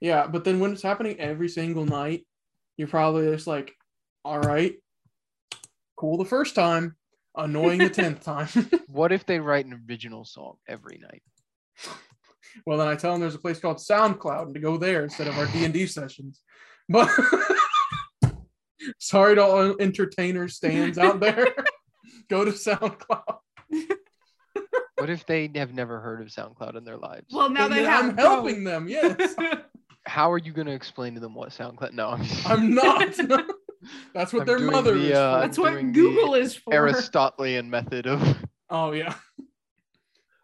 S2: Yeah, but then when it's happening every single night, you're probably just like, all right, cool the first time, annoying the 10th time.
S4: What if they write an original song every night?
S2: well, then I tell them there's a place called SoundCloud and to go there instead of our D&D sessions. But sorry to all entertainer stands out there. go to SoundCloud.
S4: What if they have never heard of SoundCloud in their lives?
S3: Well, now
S2: And
S3: they
S2: then
S3: have
S2: I'm
S3: both.
S2: helping them. Yes.
S4: How are you going to explain to them what SoundCloud? No, I'm, just-
S2: I'm not. That's what
S4: I'm
S2: their
S4: doing
S2: mother
S4: the,
S2: is.
S4: uh,
S2: for.
S3: That's what
S4: doing the
S3: Google is for.
S4: Aristotelian method of
S2: Oh yeah.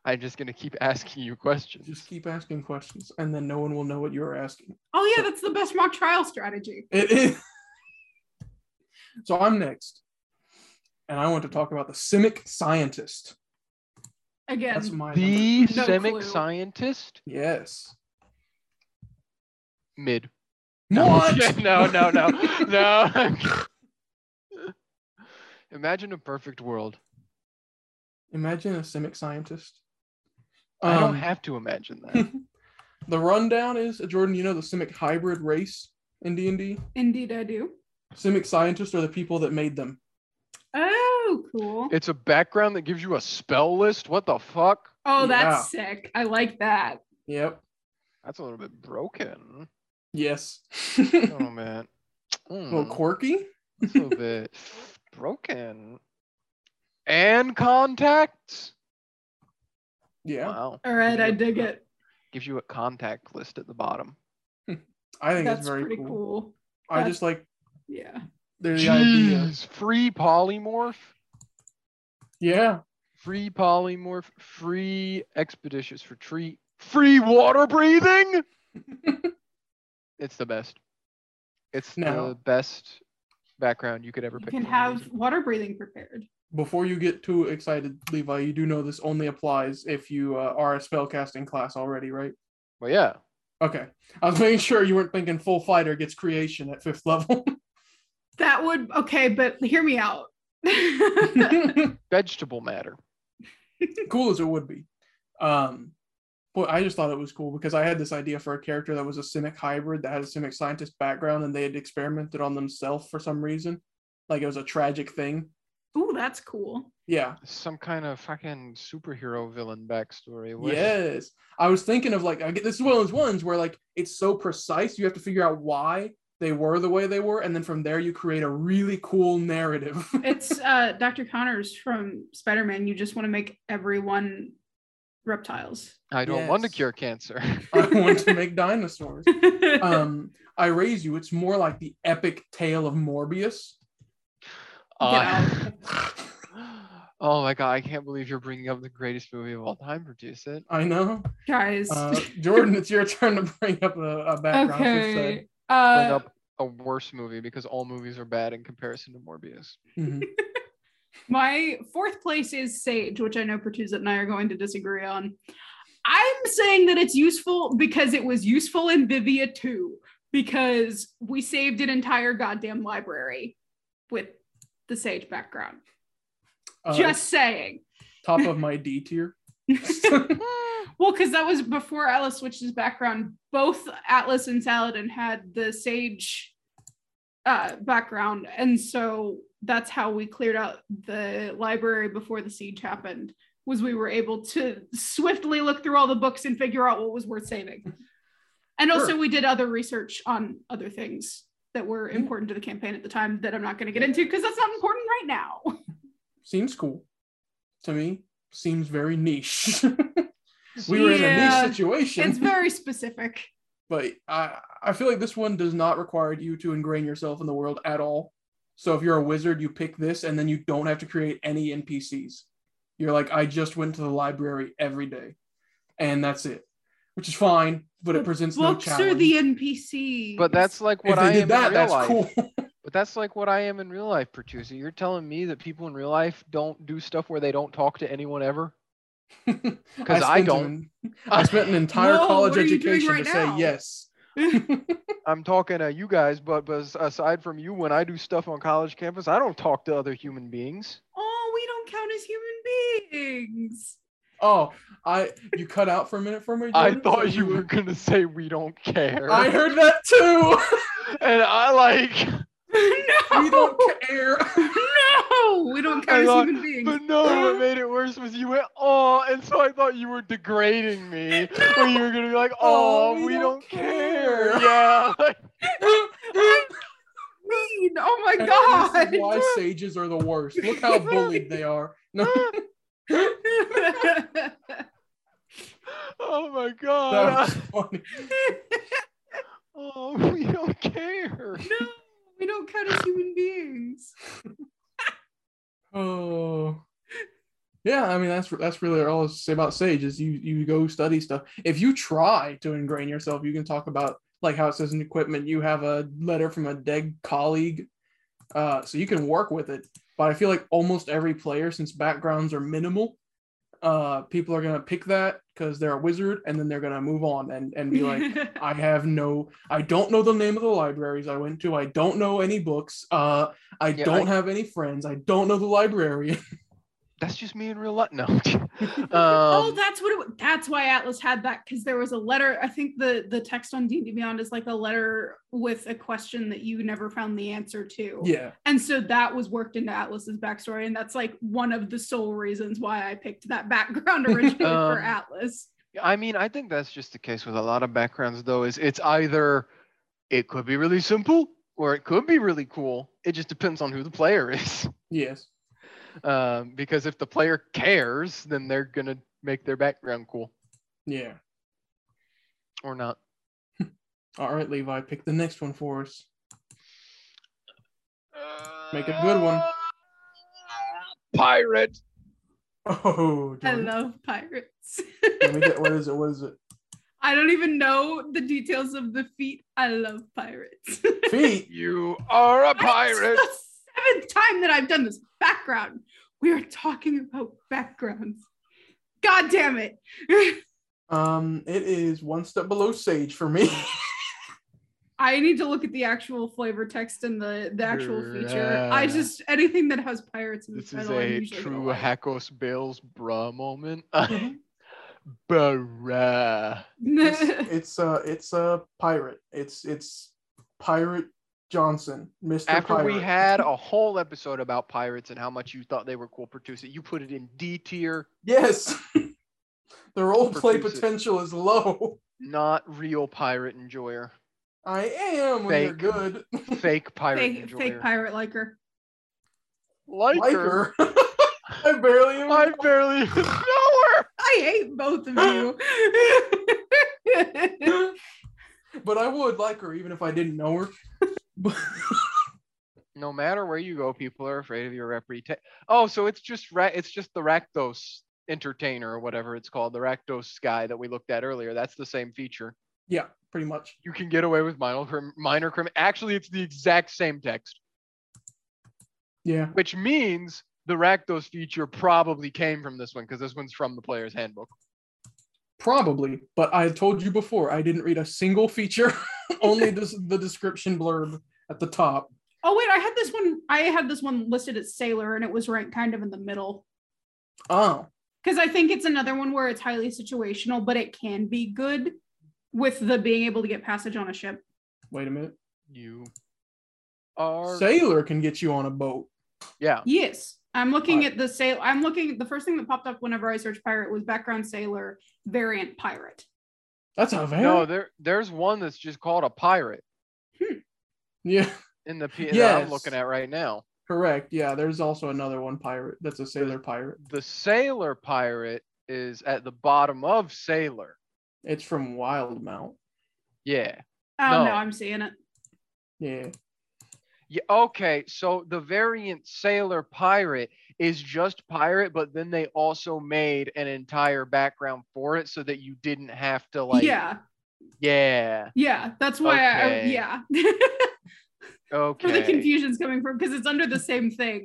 S4: I'm just going to keep asking you questions.
S2: Just keep asking questions and then no one will know what you're asking.
S3: Oh yeah, that's the best mock trial strategy.
S2: It is. So I'm next. And I want to talk about the Simic Scientist.
S3: Again,
S2: That's my number.
S4: The
S3: No
S4: semic
S3: clue.
S4: scientist
S2: Yes.
S4: mid.
S2: What?
S4: no, no, no, no. Imagine a perfect world.
S2: Imagine a Simic Scientist.
S4: I don't
S2: Um,
S4: have to imagine that.
S2: the rundown is uh, Jordan, you know the Simic hybrid race in D&D?
S3: indeed I do.
S2: Simic Scientists are the people that made them.
S3: Oh, cool.
S4: it's a background that gives you a spell list. What the fuck?
S3: Oh, that's sick. I like that.
S2: Yep.
S4: That's a little bit broken.
S2: Yes.
S4: Oh man.
S2: A
S4: Mm,
S2: little quirky.
S4: that's a little bit broken. And contacts.
S2: Yeah.
S4: Wow.
S3: All right, I dig it.
S4: Gives you a contact list at the bottom.
S2: I think
S3: That's
S2: it's very
S3: pretty
S2: cool.
S3: cool.
S2: I
S3: That's-
S2: just like
S3: Yeah.
S2: the idea.
S4: Jeez, free polymorph.
S2: Yeah.
S4: free polymorph, free expeditious for tree, free water breathing. it's the best. It's
S2: No.
S4: the best background you could ever
S3: You
S4: pick.
S3: can
S4: for any
S3: have
S4: reason.
S3: water breathing prepared.
S2: Before you get too excited, Levi, you do know this only applies if you uh, are a spellcasting class already, right?
S4: Well, yeah.
S2: Okay. I was making sure you weren't thinking full fighter gets creation at fifth level.
S3: That would okay, but hear me out.
S4: Vegetable matter.
S2: cool as it would be. Um, but I just thought it was cool because I had this idea for a character that was a cynic hybrid that had a cynic scientist background and they had experimented on themselves for some reason. Like it was a tragic thing.
S3: Ooh, that's cool.
S2: Yeah.
S4: Some kind of fucking superhero villain backstory. What-
S2: Yes. I was thinking of like, I get this is one of those ones where like it's so precise, you have to figure out why they were the way they were. And then from there, you create a really cool narrative.
S3: It's uh, Dr. Connors from Spider Man. You just want to make everyone reptiles.
S4: I don't want to
S2: Yes.
S4: cure cancer.
S2: I want to make dinosaurs.
S3: oh,
S2: Um, I raise you. It's more like the epic tale of Morbius.
S4: Uh, oh my god, I can't believe you're bringing up the greatest movie of all time, produce it.
S2: I know.
S3: guys.
S2: Uh, Jordan, it's your turn to bring up a, a background.
S3: okay.
S2: Okay.
S4: Bring
S3: Uh,
S4: up a worse movie because all movies are bad in comparison to Morbius.
S2: Mm-hmm.
S3: my fourth place is Sage, which I know Pertuzet and I are going to disagree on. I'm saying that it's useful because it was useful in Vivia 2 because we saved an entire goddamn library with the Sage background. Just saying.
S2: Uh, top of my D tier.
S3: Well, because that was before Atlas switched his background. Both Atlas and Saladin had the Sage uh, background, and so that's how we cleared out the library before the siege happened. Was we were able to swiftly look through all the books and figure out what was worth saving, and also
S2: Sure. Mm-hmm.
S3: we did other research on other things that were
S2: Yeah.
S3: important to the campaign at the time that I'm not going to get into because that's not important right now.
S2: Seems cool to me. Seems very niche. we were in
S3: Yeah,
S2: a niche situation,
S3: it's very specific.
S2: but I I feel like this one does not require you to ingrain yourself in the world at all. So if you're a wizard, you pick this, and then you don't have to create any NPCs. You're like, I just went to the library every day, and that's it, which is fine. But it presents no
S3: Books
S2: challenge.
S3: are the NPC.
S4: But that's like
S2: if
S4: what
S2: they
S4: I am
S2: did that,
S4: in real
S2: that's
S4: life.
S2: cool.
S4: But that's like what I am in real life, Pertuzzi. You're telling me that people in real life don't do stuff where they don't talk to anyone ever? Because I,
S2: spent
S4: don't.
S2: an- I spent an entire
S3: Whoa,
S2: college
S3: what are you doing
S2: education
S3: right
S2: to
S3: now?
S2: say yes.
S4: I'm talking to you guys, but, but aside from you, when I do stuff on college campus, I don't talk to other human beings.
S3: oh, we don't count as human beings.
S2: Oh, I you cut out for a minute for me.
S4: I
S2: Jordan,
S4: thought
S2: so
S4: you were gonna say we don't care,
S2: I heard that too.
S4: and I like,
S3: no,
S2: we don't care.
S3: no, we don't count
S4: I
S3: as
S4: thought-
S3: human beings.
S4: but no, what made it worse was you went oh, and so I thought you were degrading me, or you were gonna be like, oh, we, don't, care. yeah, like,
S3: mean. Oh my
S2: And
S3: god.
S2: This is why sages are the worst. Look how bullied they are. No,
S4: oh my
S2: that
S4: god,
S2: was funny.
S4: oh, we don't care.
S3: no, we don't count as human beings.
S2: Oh. Yeah, I mean that's that's really all I have to say about Sage is you you go study stuff. If you try to ingrain yourself, you can talk about like how it says in equipment. You have a letter from a dead colleague, uh, so you can work with it. But I feel like almost every player, since backgrounds are minimal, uh, people are gonna pick that because they're a wizard, and then they're gonna move on and and be like, I have no, I don't know the name of the libraries I went to. I don't know any books. Uh, I
S4: Yeah,
S2: don't
S4: I-
S2: have any friends. I don't know the librarian.
S4: That's just me in real life. No. um,
S3: oh, that's what it wa- that's why Atlas had that because there was a letter. I think the the text on D&D Beyond is like a letter with a question that you never found the answer to.
S2: yeah.
S3: And so that was worked into Atlas's backstory. And that's like one of the sole reasons why I picked that background originally for
S4: Um,
S3: Atlas.
S4: I mean, I think that's just the case with a lot of backgrounds, though. Is it's either it could be really simple or it could be really cool. It just depends on who the player is.
S2: Yes.
S4: Um, because if the player cares, then they're gonna make their background cool
S2: Yeah.
S4: or not.
S2: All right, Levi, pick the next one for us. Make a good one.
S4: Pirate.
S2: Oh,
S3: I
S2: Jordan.
S3: love pirates.
S2: Let me get, what is it? What is it?
S3: I don't even know the details of the feat. I love pirates.
S2: Feet.
S4: You are a pirate.
S3: That's the seventh time that I've done this background. We are talking about backgrounds. God damn it.
S2: Um, it is one step below sage for me.
S3: I need to look at the actual flavor text and the, the actual feature. I
S4: Bruh.
S3: just anything that has pirates in the
S4: This is
S3: title. I'm
S4: a
S3: usually
S4: true
S3: like. Mm-hmm.
S4: Hackos Bales bruh moment. bruh.
S2: it's, it's uh, it's a pirate. It's it's pirate Johnson, Mister.
S4: After
S2: pirate.
S4: we had a whole episode about pirates and how much you thought they were cool, produce it. You put it in D tier,
S2: yes, the role play
S4: Produce it.
S2: potential is low.
S4: not real pirate enjoyer,
S2: I am when you're
S4: Fake.
S2: good.
S4: fake pirate
S3: fake,
S4: enjoyer.
S3: fake pirate liker.
S4: Liker.
S2: Liker. I barely. am-
S4: I barely know her.
S3: I hate both of you.
S2: but I would like her even if I didn't know her. But-
S4: No matter where you go, people are afraid of your reputation. Oh, so it's just ra- it's just the Rakdos entertainer or whatever it's called, the Rakdos guy that we looked at earlier. That's the same feature.
S2: yeah, pretty much.
S4: you can get away with minor crim- minor crim. Actually, it's the exact same text,
S2: Yeah.
S4: which means the Rakdos feature probably came from this one because this one's from the player's handbook.
S2: Probably, but I told you before I didn't read a single feature, only this, the description blurb at the top.
S3: oh wait, I had this one. I had this one listed as sailor, and it was ranked kind of in the middle
S2: Oh,
S3: because I think it's another one where it's highly situational, but it can be good with the being able to get passage on a ship.
S2: wait a minute.
S4: You are
S2: Sailor can get you on a boat.
S4: yeah.
S3: Yes. I'm looking
S2: Alright.
S3: at the sail. I'm looking. The first thing that popped up whenever I searched pirate was background sailor variant pirate.
S2: That's a very
S4: No, there there's one that's just called a pirate
S2: yeah,
S4: in the P that I'm
S2: Yes.
S4: looking at right now.
S2: correct. Yeah, there's also another one pirate. That's a sailor pirate.
S4: The sailor pirate is at the bottom of sailor.
S2: It's from Wildmount.
S4: Yeah.
S3: Oh
S4: No.
S3: no, I'm seeing it.
S2: Yeah,
S4: Yeah, okay, so the variant Sailor Pirate is just pirate, but then they also made an entire background for it so that you didn't have to like
S3: yeah,
S4: yeah,
S3: yeah. That's why I, I
S4: Okay.
S3: yeah.
S4: okay.
S3: Where the confusion's coming from because it's under the same thing,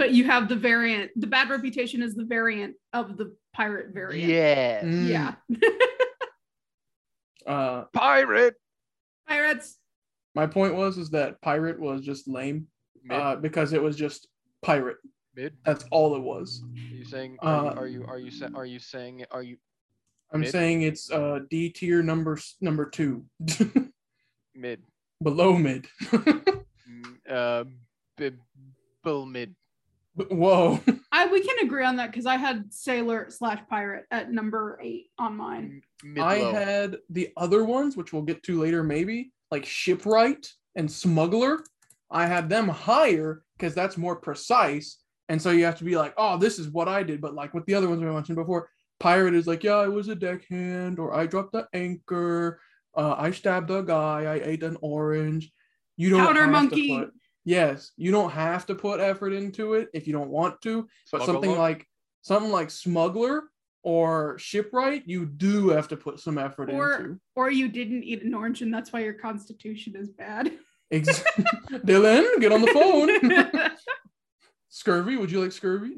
S3: but you have the variant. The bad reputation is the variant of the pirate variant.
S4: Yes.
S2: Mm.
S3: Yeah.
S2: Uh,
S4: Pirate.
S3: Pirates.
S2: my point was is that pirate was just lame
S4: Mid,
S2: uh, because it was just pirate.
S4: mid.
S2: That's all it was.
S4: Are you saying are,
S2: uh,
S4: you, are you are you sa- are you saying are you
S2: I'm
S4: Mid.
S2: saying it's uh, D tier number s- number two,
S4: mid
S2: below mid.
S4: m- uh b- bull mid?
S2: Whoa.
S3: I we can agree on that because I had sailor slash pirate at number eight on mine.
S4: m- Mid
S2: I
S4: low.
S2: had the other ones, which we'll get to later, maybe like shipwright and smuggler. I had them higher because that's more precise, and so you have to be like, oh, this is what I did. But like with the other ones we mentioned before, pirate is like, yeah, I was a deckhand, or I dropped the anchor, uh, I stabbed a guy, I ate an orange. You don't
S3: Powder
S2: have to
S3: monkey.
S2: put- yes, you don't have to put effort into it if you don't want to but something
S4: Smuggler?
S2: like something like smuggler or shipwright you do have to put some effort
S3: Or
S2: into
S3: or you didn't eat an orange and that's why your constitution is bad.
S2: Ex- dylan get on the phone scurvy would you like scurvy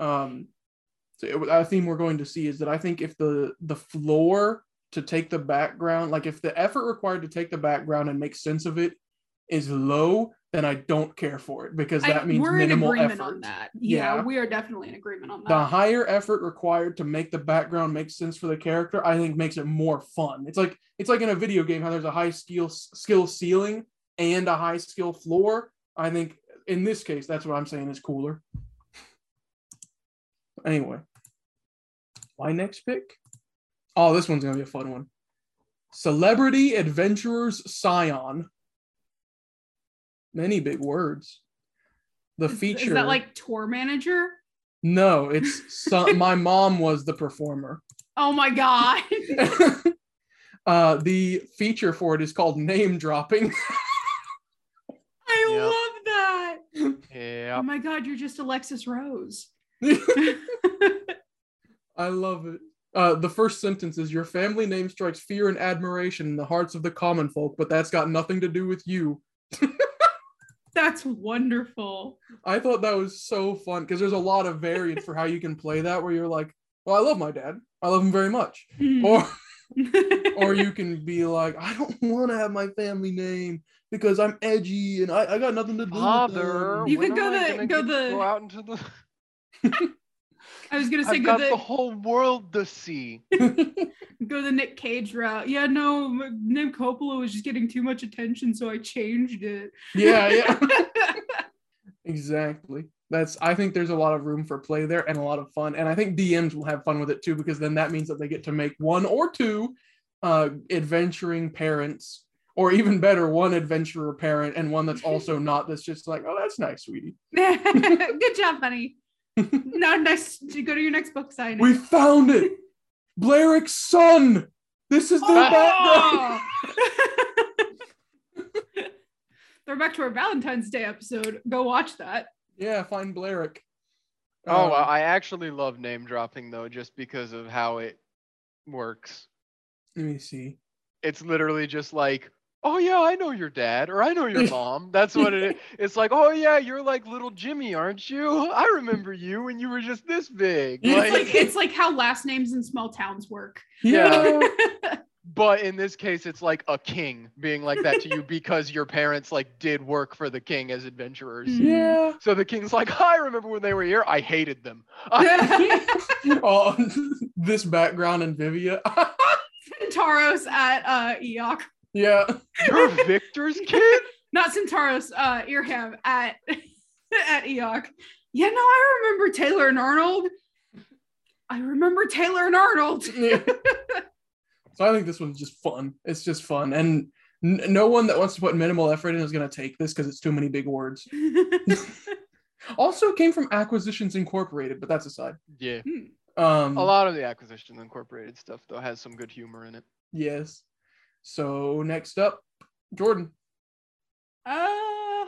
S2: um so it, a theme we're going to see is that i think if the the floor to take the background like if the effort required to take the background and make sense of it is low then i don't care for it because that
S3: I-
S2: means
S3: we're in
S2: minimal
S3: agreement
S2: effort
S3: on that. Yeah,
S2: Yeah.
S3: we are definitely in agreement on
S2: the
S3: that.
S2: higher effort required to make the background make sense for the character i think makes it more fun it's like it's like in a video game how there's a high skill skill ceiling and a high skill floor i think in this case that's what i'm saying is cooler anyway my next pick oh this one's gonna be a fun one celebrity adventurers scion many big words the
S3: Is-
S2: feature
S3: Is that like tour manager?
S2: no, it's some, my mom was the performer.
S3: Oh my god.
S2: uh, the feature for it is called name dropping.
S3: I
S4: Yep.
S3: love that.
S4: Yeah.
S3: Oh my god, you're just Alexis Rose.
S2: I love it. Uh, the first sentence is Your family name strikes fear and admiration in the hearts of the common folk, but that's got nothing to do with you.
S3: That's wonderful.
S2: I thought that was so fun because there's a lot of variants for how you can play that where you're like, Well, I love my dad. I love him very much.
S3: Hmm.
S2: Or or you can be like, I don't want to have my family name because I'm edgy and I, I got nothing to do
S4: Father,
S2: with
S3: You
S2: it.
S4: when
S3: could go
S4: am I
S3: the-
S4: gonna
S3: go
S4: get to
S3: the-
S4: go out into the.
S3: I was gonna say
S4: I've
S3: go
S4: got
S3: the,
S4: the whole world to see.
S3: go the Nick Cage route. Yeah, no, M- Nim Coppola was just getting too much attention, so I changed it.
S2: Yeah, yeah. Exactly. That's I think there's a lot of room for play there and a lot of fun. And I think DMs will have fun with it too, because then that means that they get to make one or two uh adventuring parents, or even better, one adventurer parent and one that's also not that's just like, oh that's nice, sweetie.
S3: Good job, honey. now, nice to go to your next book signing.
S2: We found it! Blaric's son! This is the background.
S4: Ah!
S3: Oh! They're back to our Valentine's Day episode. Go watch that.
S2: Yeah, find Blaric.
S4: Oh,
S2: Um,
S4: wow. I actually love name dropping though, just because of how it works.
S2: let me see.
S4: It's literally just like, oh yeah, I know your dad, or I know your mom. That's what it is. It's like, oh yeah, you're like little Jimmy, aren't you? I remember you when you were just this big.
S2: Yeah.
S3: It's
S4: Like,
S3: like it's like how last names in small towns work.
S4: Yeah. but in this case, it's like a king being like that to you because your parents like did work for the king as adventurers.
S3: Mm.
S2: Yeah.
S4: So the king's like, I remember when they were here. I hated them.
S2: oh, this background in Vivia.
S3: Centauros at uh, Eoc.
S2: yeah.
S4: You're Victor's kid.
S3: Not Centauros, uh, Earham at at Eoc. Yeah, no, I remember Taylor and Arnold. I remember Taylor and Arnold.
S2: Yeah. so I think this one's just fun. It's just fun, and n- no one that wants to put minimal effort in is going to take this because it's too many big words. Also, it came from Acquisitions Incorporated, but that's aside.
S4: Yeah.
S2: Um,
S4: A lot of the acquisition incorporated stuff though has some good humor in it.
S2: Yes. So next up, Jordan.
S3: Uh,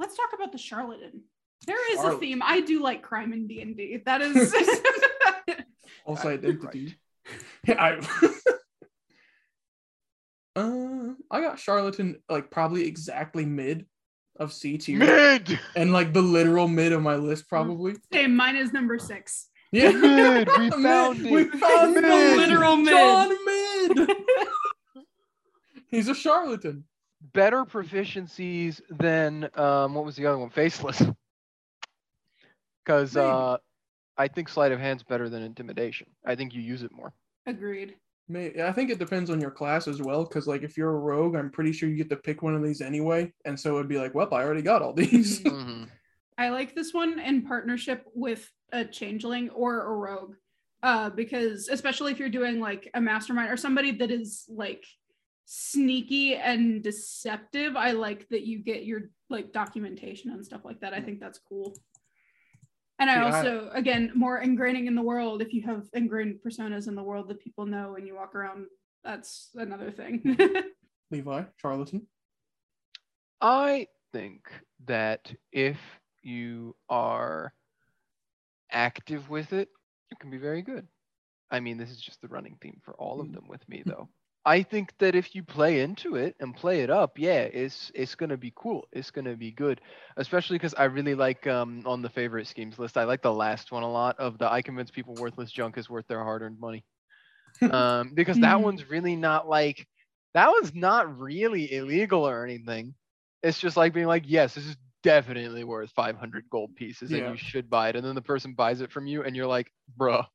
S3: let's talk about the charlatan. There is a
S2: Charlatan.
S3: theme. I do like crime in D and D. That is.
S2: Also,
S4: Right,
S2: identity. Yeah, I. uh, I got charlatan like probably exactly mid of C tier,
S4: Mid. Mm.
S2: and like the literal mid of my list probably.
S3: Hey, mine is number six.
S2: Yeah.
S4: Mid. We
S2: Mid.
S4: found
S2: We
S4: it.
S2: found
S3: The
S2: it.
S3: literal mid.
S2: John Mid. He's a charlatan.
S4: Better proficiencies than um, what was the other one? Faceless. Because
S2: Maybe.
S4: uh, I think sleight of hand's better than intimidation. I think you use it more.
S3: Agreed.
S2: May I think it depends on your class as well, because like if you're a rogue, I'm pretty sure you get to pick one of these anyway, and so it'd be like, well, I already got all these.
S3: Mhm. I like this one in partnership with a changeling or a rogue, uh, because especially if you're doing like a mastermind or somebody that is like sneaky and deceptive, I like that you get your like documentation and stuff like that. I think that's cool. And I
S2: Yeah, I-
S3: also, again, more ingraining in the world. If you have ingrained personas in the world that people know and you walk around, that's another thing.
S2: Levi, charlatan.
S4: I think that if you are active with it, it can be very good. I mean, this is just the running theme for all of
S2: Mhm.
S4: them with me, though. I think that if you play into it and play it up, yeah, it's it's gonna be cool. It's gonna be good, especially because I really like um, on the favorite schemes list. I like the last one a lot of the I convince people worthless junk is worth their hard-earned money, um, because that
S3: Mhm.
S4: one's really not like that one's not really illegal or anything. It's just like being like, yes, this is definitely worth 500 gold pieces
S2: Yeah.
S4: and you should buy it. And then the person buys it from you and you're like, bruh.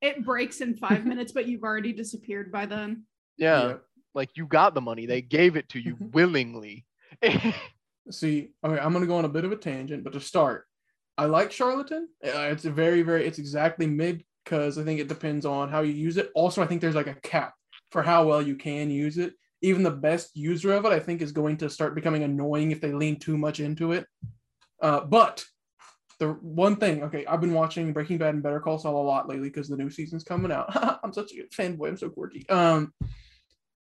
S3: it breaks in five minutes, but you've already disappeared by then.
S4: yeah. Like you got the money. They gave it to you
S2: Mhm.
S4: willingly.
S2: See, okay, I'm gonna go on a bit of a tangent, but to start, I like charlatan. Uh, It's a very, very, it's exactly mid because I think it depends on how you use it. Also, I think there's like a cap for how well you can use it. Even the best user of it, I think, is going to start becoming annoying if they lean too much into it. Uh, but the one thing, okay, I've been watching Breaking Bad and Better Call Saul a lot lately because the new season's coming out. I'm such a good fanboy. I'm so quirky. Um,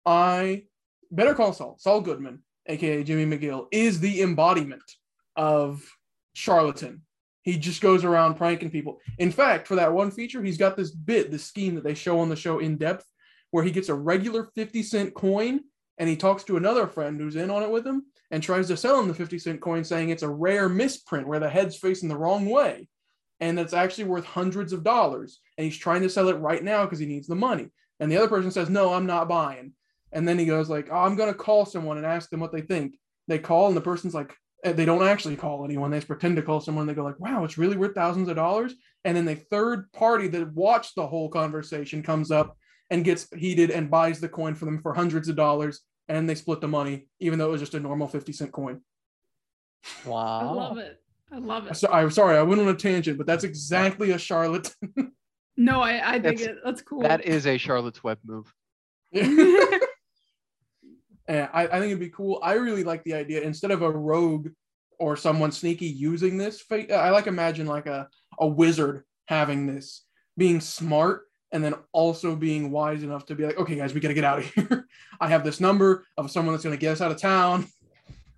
S2: I Better Call Saul, Saul Goodman, aka Jimmy McGill, is the embodiment of charlatan. He just goes around pranking people. In fact, for that one feature, he's got this bit, this scheme that they show on the show in depth, where he gets a regular 50 cent coin and he talks to another friend who's in on it with him and tries to sell him the 50 cent coin, saying it's a rare misprint where the head's facing the wrong way. And that's actually worth hundreds of dollars. And he's trying to sell it right now because he needs the money. And the other person says, No, I'm not buying. And then he goes, like, oh, I'm gonna call someone and ask them what they think. They call and the person's like, eh, they don't actually call anyone. They just pretend to call someone. They go like, "Wow, it's really worth thousands of dollars." And then the third party that watched the whole conversation comes up and gets heated and buys the coin for them for hundreds of dollars, and they split the money, even though it was just a normal fifty cent coin.
S4: Wow.
S3: I love it. I love it.
S2: So I'm sorry, I went on a tangent, but that's exactly a Charlotte.
S3: No, I, I think
S4: That's-
S3: it, that's cool.
S4: That is a Charlotte's Web move.
S2: yeah, I, I think it'd be cool. I really like the idea instead of a rogue or someone sneaky using this. fa- I like imagine like a a wizard having this, being smart and then also being wise enough to be like, okay, guys, we got to get out of here. I have this number of someone that's going to get us out of town.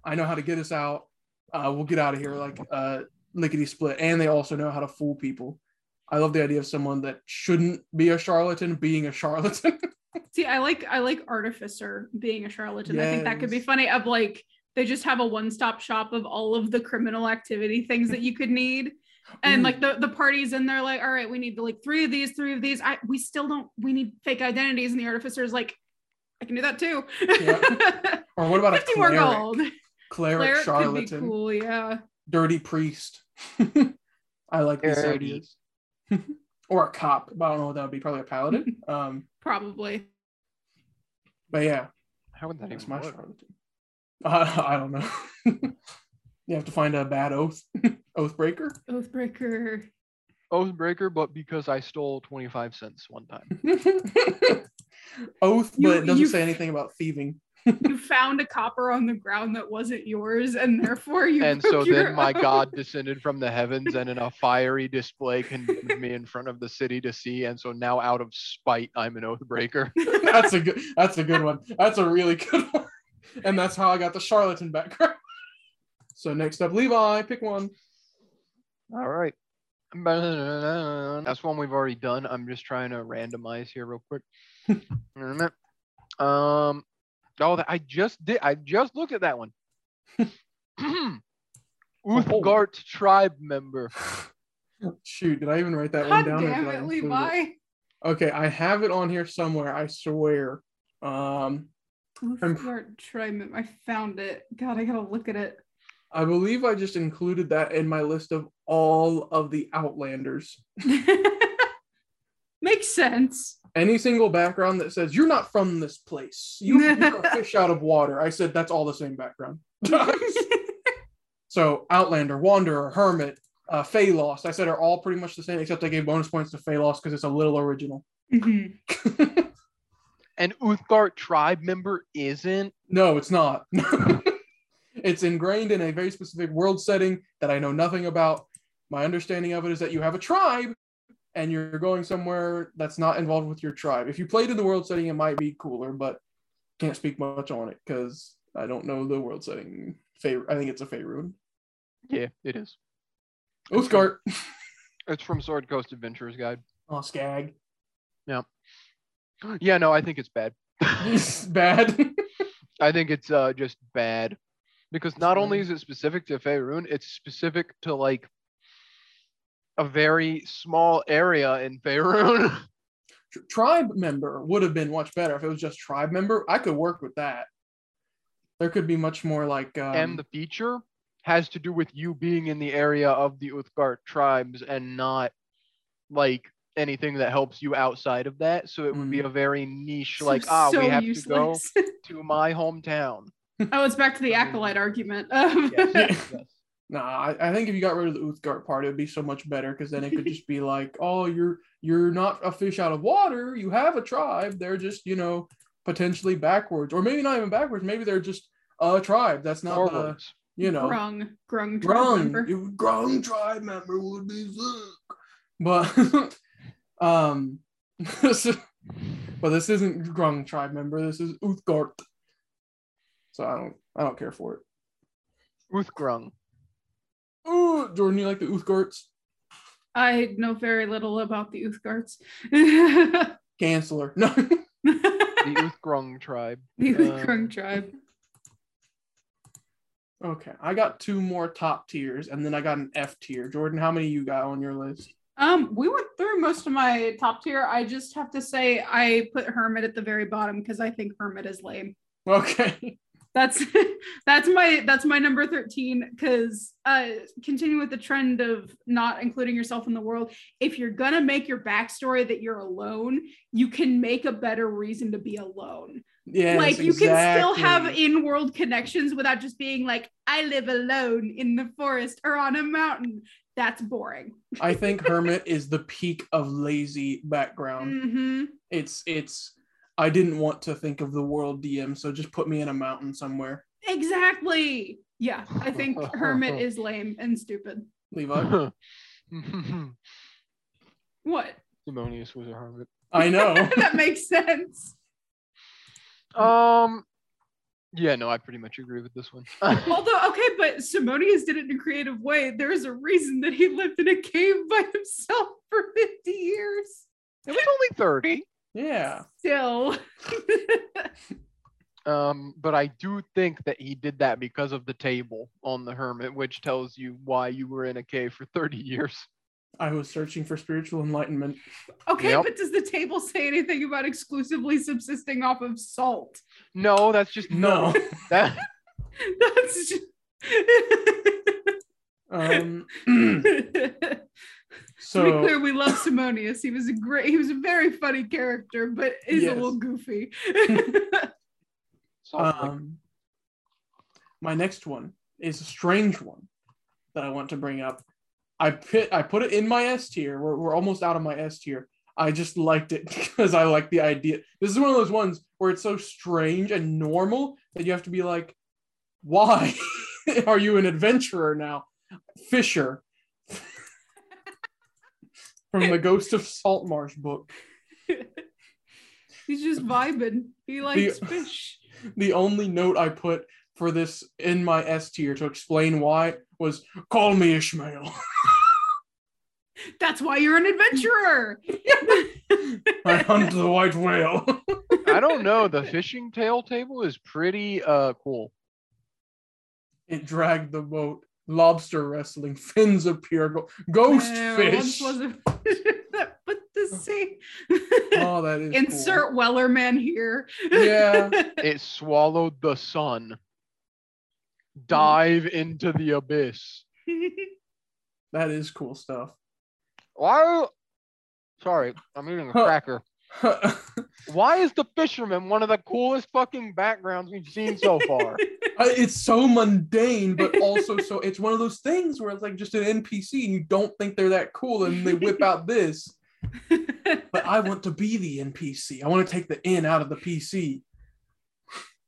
S2: I know how to get us out. Uh, we'll get out of here like uh, lickety split. And they also know how to fool people. I love the idea of someone that shouldn't be a charlatan being a charlatan.
S3: See, I like I like Artificer being a charlatan. I think that could be
S2: Yes.
S3: funny. Of like they just have a one-stop shop of all of the criminal activity things that you could need. And
S2: Ooh.
S3: like the, the parties in there, like, all right, we need like three of these, three of these. I we still don't we need fake identities, and the artificer is like, I can do that too.
S2: Yeah. Or what about a
S3: 50 more
S2: cleric?
S3: gold.
S2: Cleric,
S3: Cleric could be
S2: charlatan,
S3: cool, yeah.
S2: dirty priest. I like these
S4: Dirty.
S2: ideas. or a cop, but I don't know what that would be. Probably a paladin. um,
S3: Probably.
S2: but yeah,
S4: How would that
S2: that's
S4: even
S2: my
S4: work?
S2: charlatan. Uh, I don't know. you have to find a bad oath, oath breaker.
S3: Oathbreaker.
S4: Oathbreaker, but because I stole 25 cents one time.
S2: oath,
S3: You-
S2: but it doesn't
S3: you-
S2: say anything about thieving.
S3: you found a copper on the ground that wasn't yours, and therefore you
S4: And
S3: broke
S4: so
S3: your
S4: then my
S3: oath.
S4: God descended from the heavens and in a fiery display condemned me in front of the city to see. And so now out of spite, I'm an Oathbreaker.
S2: that's a good. That's a good one. That's a really good one. And that's how I got the charlatan background. so next up, Levi, pick one.
S4: All right. That's one we've already done. I'm just trying to randomize here real quick. um, oh, that- I just did. I just looked at that one. Uthgart tribe member.
S2: Shoot, did I even write that
S3: God
S2: one down? or
S3: damn
S2: did I
S3: it,
S2: include
S3: Levi.
S2: Okay, I have it on here somewhere. I swear. Um, I'm-
S3: Uthgard Trident. I found it. God, I gotta look at it.
S2: I believe I just included that in my list of all of the Outlanders.
S3: Makes sense.
S2: Any single background that says you're not from this place, you, you're a fish out of water. I said that's all the same background. Mm-hmm. so Outlander, Wanderer, Hermit, uh, Phalos. I said are all pretty much the same, except I gave bonus points to Phalos because it's a little original.
S3: Mhm.
S4: An Uthgart tribe member isn't.
S2: No, it's not. it's ingrained in a very specific world setting that I know nothing about. My understanding of it is that you have a tribe and you're going somewhere that's not involved with your tribe. If you played in the world setting, it might be cooler, but can't speak much on it because I don't know the world setting. Fa- I think it's a Faerun.
S4: Yeah, it is.
S2: Uthgart.
S4: It's from Sword Coast Adventures Guide.
S2: Oh, Skag.
S4: Yeah, no, I think it's bad.
S2: It's bad.
S4: I think it's uh, just bad because not only
S2: Mhm.
S3: Mm-hmm.
S4: is it specific to Faerun, it's specific to like a very small area in Faerun.
S2: Tr- tribe member would have been much better if it was just tribe member. I could work with that. There could be much more like. Um,
S4: and the feature has to do with you being in the area of the Uthgard tribes and not like anything that helps you outside of that. So it would be
S2: Mhm.
S4: a very niche,
S3: Mm. So-
S4: like, ah,
S3: so
S4: we have
S3: useless.
S4: to go to my hometown.
S3: oh, it's back to the
S4: I
S2: Mm-hmm.
S4: mean-
S3: acolyte argument. Um,
S2: Yes. Nah, I, I think if you got rid of the Uthgard part, it'd be so much better because then it could just be like, oh, you're you're not a fish out of water. You have a tribe. They're just you know potentially backwards, or maybe not even backwards. Maybe they're just a tribe. That's not the
S4: Forwards.
S2: you know
S3: Grung, Grung, tribe member.
S2: grung you- grung tribe member would be sick. But um, so- but this isn't grung tribe member. This is Uthgard. So I don't I don't care for it.
S4: Uthgrung.
S2: Ooh, Jordan, you like the Uthgarts?
S3: I know very little about the Uthgarts.
S2: Chancellor. No.
S4: Uh, the Uthgrung tribe.
S3: the
S4: Uh,
S3: Uthgrung tribe.
S2: okay. I got two more top tiers and then I got an F tier. Jordan, how many you got on your list?
S3: Um, we went through most of my top tier. I just have to say I put Hermit at the very bottom because I think Hermit is lame.
S2: Okay.
S3: That's that's my that's my number 13 because uh continue with the trend of not including yourself in the world. If you're gonna make your backstory that you're alone, you can make a better reason to be alone.
S2: Yeah.
S3: like you can still have in-world connections without just being like, I live alone in the forest or on a mountain. That's boring.
S2: I think Hermit is the peak of lazy background.
S3: hmm
S2: It's it's I didn't want to think of the world DM, so just put me in a mountain somewhere.
S3: Exactly. Yeah, I think Hermit is lame and stupid.
S2: Levi.
S3: What?
S4: Simonius was a hermit.
S2: I know.
S3: that makes sense.
S4: Um, yeah, no, I pretty much agree with this one.
S3: Although, okay, but Simonius did it in a creative way. There is a reason that he lived in a cave by himself for 50 years.
S4: it was only thirty.
S2: yeah.
S3: Still.
S4: Um, but I do think that he did that because of the table on the hermit, which tells you why you were in a cave for 30 years.
S2: I was searching for spiritual enlightenment.
S3: Okay,
S4: Yep.
S3: but does the table say anything about exclusively subsisting off of salt?
S4: No, that's just
S2: No.
S4: that.
S3: That's just.
S2: um
S3: to be
S2: so
S3: clear, we love Simonius. He was a great, he was a very funny character, but is a
S2: Yes.
S3: little goofy.
S4: so, like,
S2: um my next one is a strange one that I want to bring up. I put I put it in my S tier. We're, we're almost out of my S tier. I just liked it because I like the idea. This is one of those ones where it's so strange and normal that you have to be like, why are you an adventurer now? Fisher. From the Ghost of Saltmarsh book.
S3: He's just vibing. He likes fish.
S2: the only note I put for this in my S tier to explain why was call me Ishmael.
S3: That's why you're an adventurer.
S2: I hunt the white whale.
S4: I don't know. The fishing tail table is pretty uh cool.
S2: it dragged the boat. Lobster wrestling, fins of pure gold, ghost
S3: There
S2: fish.
S3: Once was a that put the sea.
S2: oh, that is cool.
S3: Insert Wellerman here.
S2: Yeah,
S4: It swallowed the sun. Dive into the abyss.
S2: that is cool stuff.
S4: Why? Sorry, I'm eating a
S2: Huh.
S4: cracker. Why is the fisherman one of the coolest fucking backgrounds we've seen so far?
S2: I- it's so mundane, but also so it's one of those things where it's like just an NPC and you don't think they're that cool, and they whip out this. But I want to be the NPC. I want to take the N out of the PC.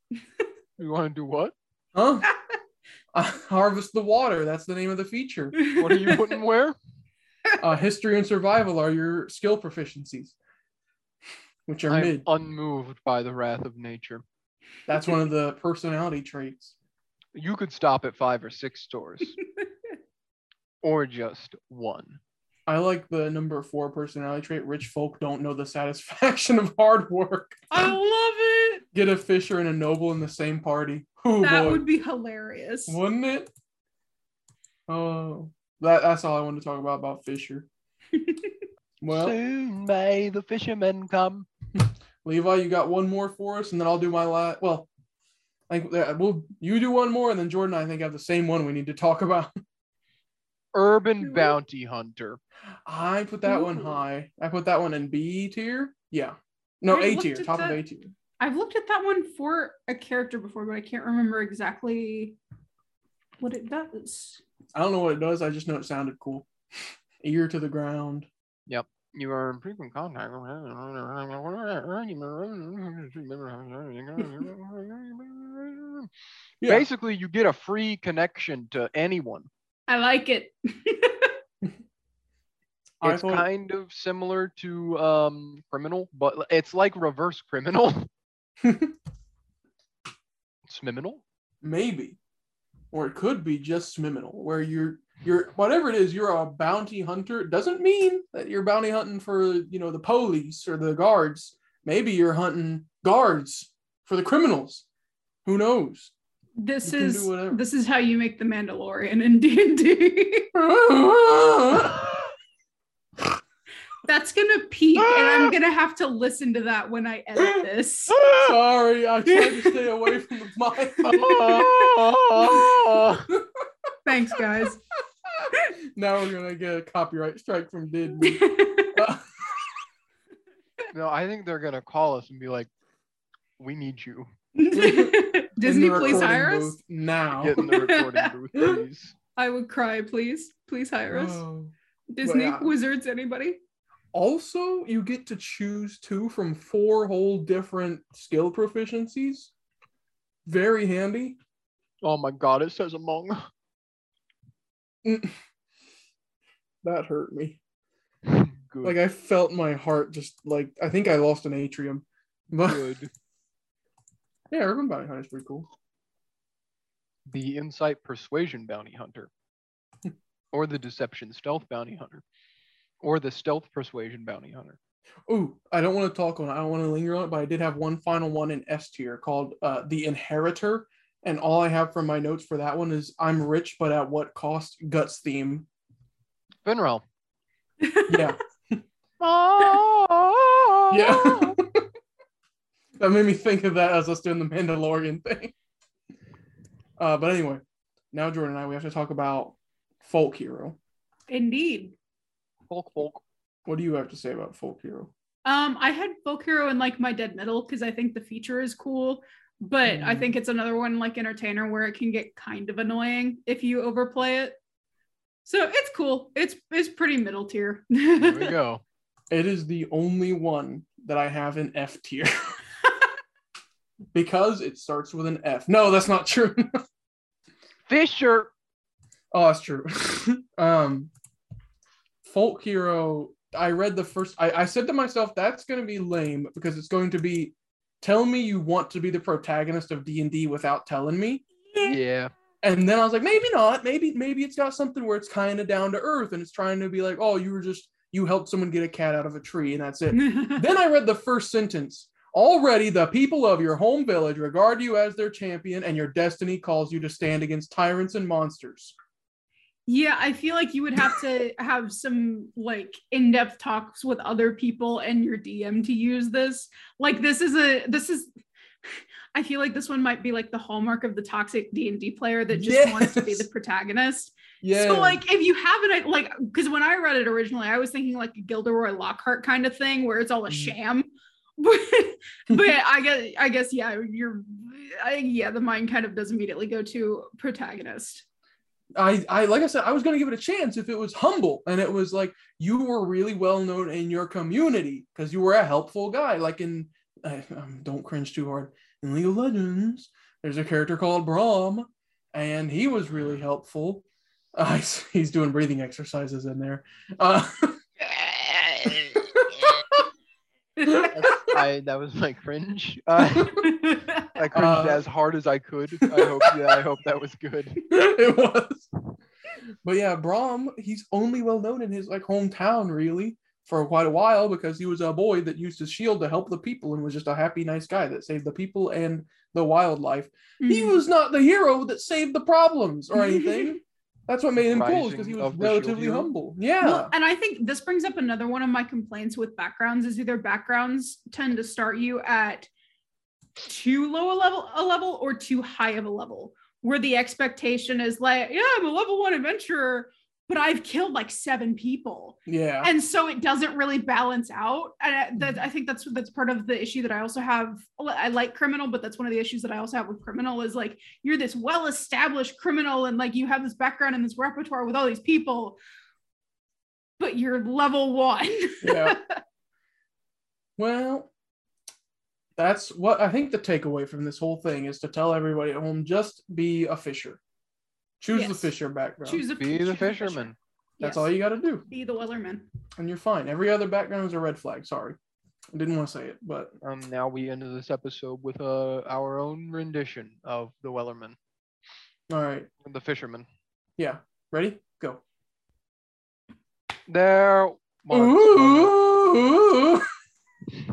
S4: you want to do what?
S2: Huh? I harvest the water. That's the name of the feature.
S4: What are you putting where?
S2: Uh, history and survival are your skill proficiencies, which are
S4: I'm
S2: mid.
S4: unmoved by the wrath of nature.
S2: That's one of the personality traits.
S4: You could stop at five or six stores, or just one.
S2: I like the number four personality trait. Rich folk don't know the satisfaction of hard work.
S3: I love it.
S2: Get a fisher and a noble in the same party. Oh
S3: that
S2: boy,
S3: would be hilarious.
S2: wouldn't it? Oh, that, that's all I wanted to talk about about Fisher. Well,
S4: Soon may the fishermen come.
S2: Levi, you got one more for us, and then I'll do my last. Well, I think that we'll you do one more, and then Jordan, I think have the same one we need to talk about.
S4: Urban
S3: Really?
S4: bounty hunter.
S2: I put that one
S3: Ooh.
S2: high. I put that one in B tier. Yeah, no
S3: I
S2: A
S3: looked
S2: tier,
S3: at
S2: top of
S3: that-
S2: A tier.
S3: I've looked at that one for a character before, but I can't remember exactly what it does.
S2: I don't know what it does. I just know it sounded cool. Ear to the ground.
S4: You are in frequent contact. Basically,
S2: Yeah,
S4: you get a free connection to anyone.
S3: I like it.
S2: I
S4: It's
S2: thought-
S4: kind of similar to um, criminal, but l- it's like reverse criminal. Smiminal?
S2: maybe, or it could be just Smiminal, where you're you're whatever it is you're a bounty hunter it doesn't mean that you're bounty hunting for you know the police or the guards maybe you're hunting guards for the criminals who knows
S3: This
S2: You can do
S3: is
S2: whatever.
S3: this is how you make the Mandalorian in D and D. That's gonna peak, and I'm gonna have to listen to that when I edit this.
S2: sorry i tried to stay away from the mic
S3: Thanks, guys.
S2: now we're gonna get a copyright strike from Uh, did
S4: no, I think they're gonna call us and be like, "We need you.
S3: Disney, please hire us.
S2: now
S4: Get in the recording booth, please."
S3: I would cry, please. Please hire us.
S2: Oh.
S3: Disney,
S2: yeah.
S3: Wizards, anybody?
S2: also you get to choose two from four whole different skill proficiencies very handy
S4: Oh my God! It says among.
S2: that hurt me
S4: Good.
S2: like i felt my heart just like i think i lost an atrium but
S4: good.
S2: yeah urban bounty hunt is pretty cool
S4: The insight persuasion bounty hunter, or the deception stealth bounty hunter, or the stealth persuasion bounty hunter.
S2: Ooh, I don't want to talk on it. I don't want to linger on it, but I did have one final one in S tier called uh, The Inheritor. And all I have from my notes for that one is I'm rich, but at what cost? Guts theme.
S4: Finral.
S2: Yeah.
S4: Oh.
S2: Yeah. that made me think of that as us doing the Mandalorian thing. Uh, but anyway, now Jordan and I, we have to talk about Folk Hero.
S3: Indeed.
S4: Folk, folk.
S2: What do you have to say about Folk Hero?
S3: Um, I had folk hero in like my dead middle because I think the feature is cool, but I
S2: Mm.
S3: think it's another one like entertainer where it can get kind of annoying if you overplay it. So it's cool. It's it's pretty middle tier.
S4: There we go.
S2: It is the only one that I have in F tier. because it starts with an F. No, that's not true.
S4: Fisher.
S2: Oh, that's true. um, folk hero. I read the first. I, I said to myself, that's going to be lame because it's going to be, tell me you want to be the protagonist of D and D without telling me.
S4: Yeah.
S2: And then I was like, maybe not. Maybe maybe it's got something where it's kind of down to earth and it's trying to be like, oh, you were just you helped someone get a cat out of a tree and that's it. Then I read the first sentence. Already the people of your home village regard you as their champion, and your destiny calls you to stand against tyrants and monsters.
S3: yeah, I feel like you would have to have some like in-depth talks with other people and your DM to use this. Like this is a this is I feel like this one might be like the hallmark of the toxic D&D player that just wants to be
S2: Yes.
S3: the protagonist.
S2: Yeah.
S3: So like if you have it I- like because when I read it originally, I was thinking like a Gilderoy Lockhart kind of thing where it's all a
S2: Mm.
S3: sham. But, but I guess I guess yeah, you're I, yeah, the mind kind of does immediately go to protagonist.
S2: I, I like I said, I was gonna give it a chance if it was humble and it was like you were really well known in your community because you were a helpful guy. Like in I, um, don't cringe too hard in League of Legends, there's a character called Braum, and he was really helpful. Uh, he's, he's doing breathing exercises in there. Uh, Hmm.
S4: That's- I, that was my cringe. Uh, I cringed
S2: Uh,
S4: as hard as I could. I hope. Yeah, I hope that was good.
S2: it was. But yeah, Brom, he's only well known in his like hometown really for quite a while because he was a boy that used his shield to help the people and was just a happy, nice guy that saved the people and the wildlife. He
S4: Hmm.
S2: was not the hero that saved the problems or anything. That's what made him cool because he
S4: Rising
S2: was
S4: of the shield
S2: relatively
S4: hero.
S2: humble. Yeah.
S3: Well, and I think this brings up another one of my complaints with backgrounds is either backgrounds tend to start you at too low a level a level or too high of a level where the expectation is like, yeah, I'm a level one adventurer, but I've killed like seven people.
S2: yeah.
S3: And so it doesn't really balance out. And I- that, I think that's that's part of the issue that I also have. I like criminal, but that's one of the issues that I also have with criminal is like you're this well-established criminal, and like you have this background and this repertoire with all these people, but you're level one.
S2: yeah. Well, that's what I think the takeaway from this whole thing is to tell everybody at home just be a fisher. Choose the
S3: Yes.
S2: fisher background.
S3: choose a
S4: Be
S3: choose
S4: the
S3: a
S4: fisherman.
S3: Yes.
S2: That's all you got to do,
S3: Be the Wellerman.
S2: and you're fine. Every other background is a red flag. Sorry, I didn't want to say it, but
S4: Um, now we end this episode with uh, our own rendition of the Wellerman,
S2: all right,
S4: the fisherman.
S2: yeah. Ready? Go.
S4: There was one-
S2: Ooh.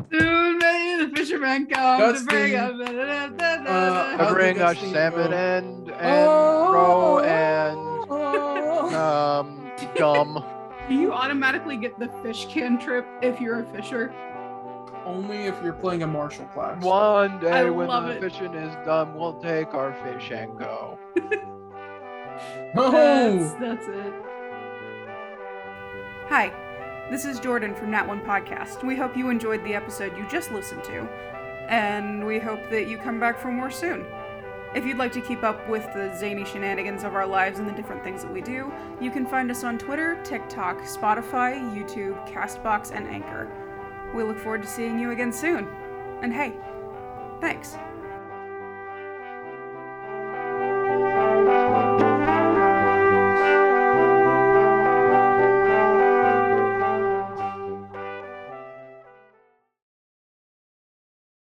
S5: Soon may the fisherman come
S2: That's
S5: to bring
S2: the-
S5: us.
S2: uh,
S4: I
S2: How'd
S4: bring
S2: you guys
S4: us
S2: see-
S4: salmon
S2: oh.
S4: and and roe
S2: Oh.
S4: and um gum.
S5: Do you automatically get the fish can trip if you're a fisher?
S2: Only if you're playing a martial class.
S4: One day
S5: I
S4: when
S5: love
S4: the
S5: it.
S4: fishing is done, we'll take our fish and go.
S5: That's,
S2: Oh.
S5: that's it.
S3: Hi, this is Jordan from Nat One Podcast. We hope you enjoyed the episode you just listened to, and we hope that you come back for more soon. If you'd like to keep up with the zany shenanigans of our lives and the different things that we do, you can find us on Twitter, TikTok, Spotify, YouTube, Castbox, and Anchor. We look forward to seeing you again soon. And hey, thanks.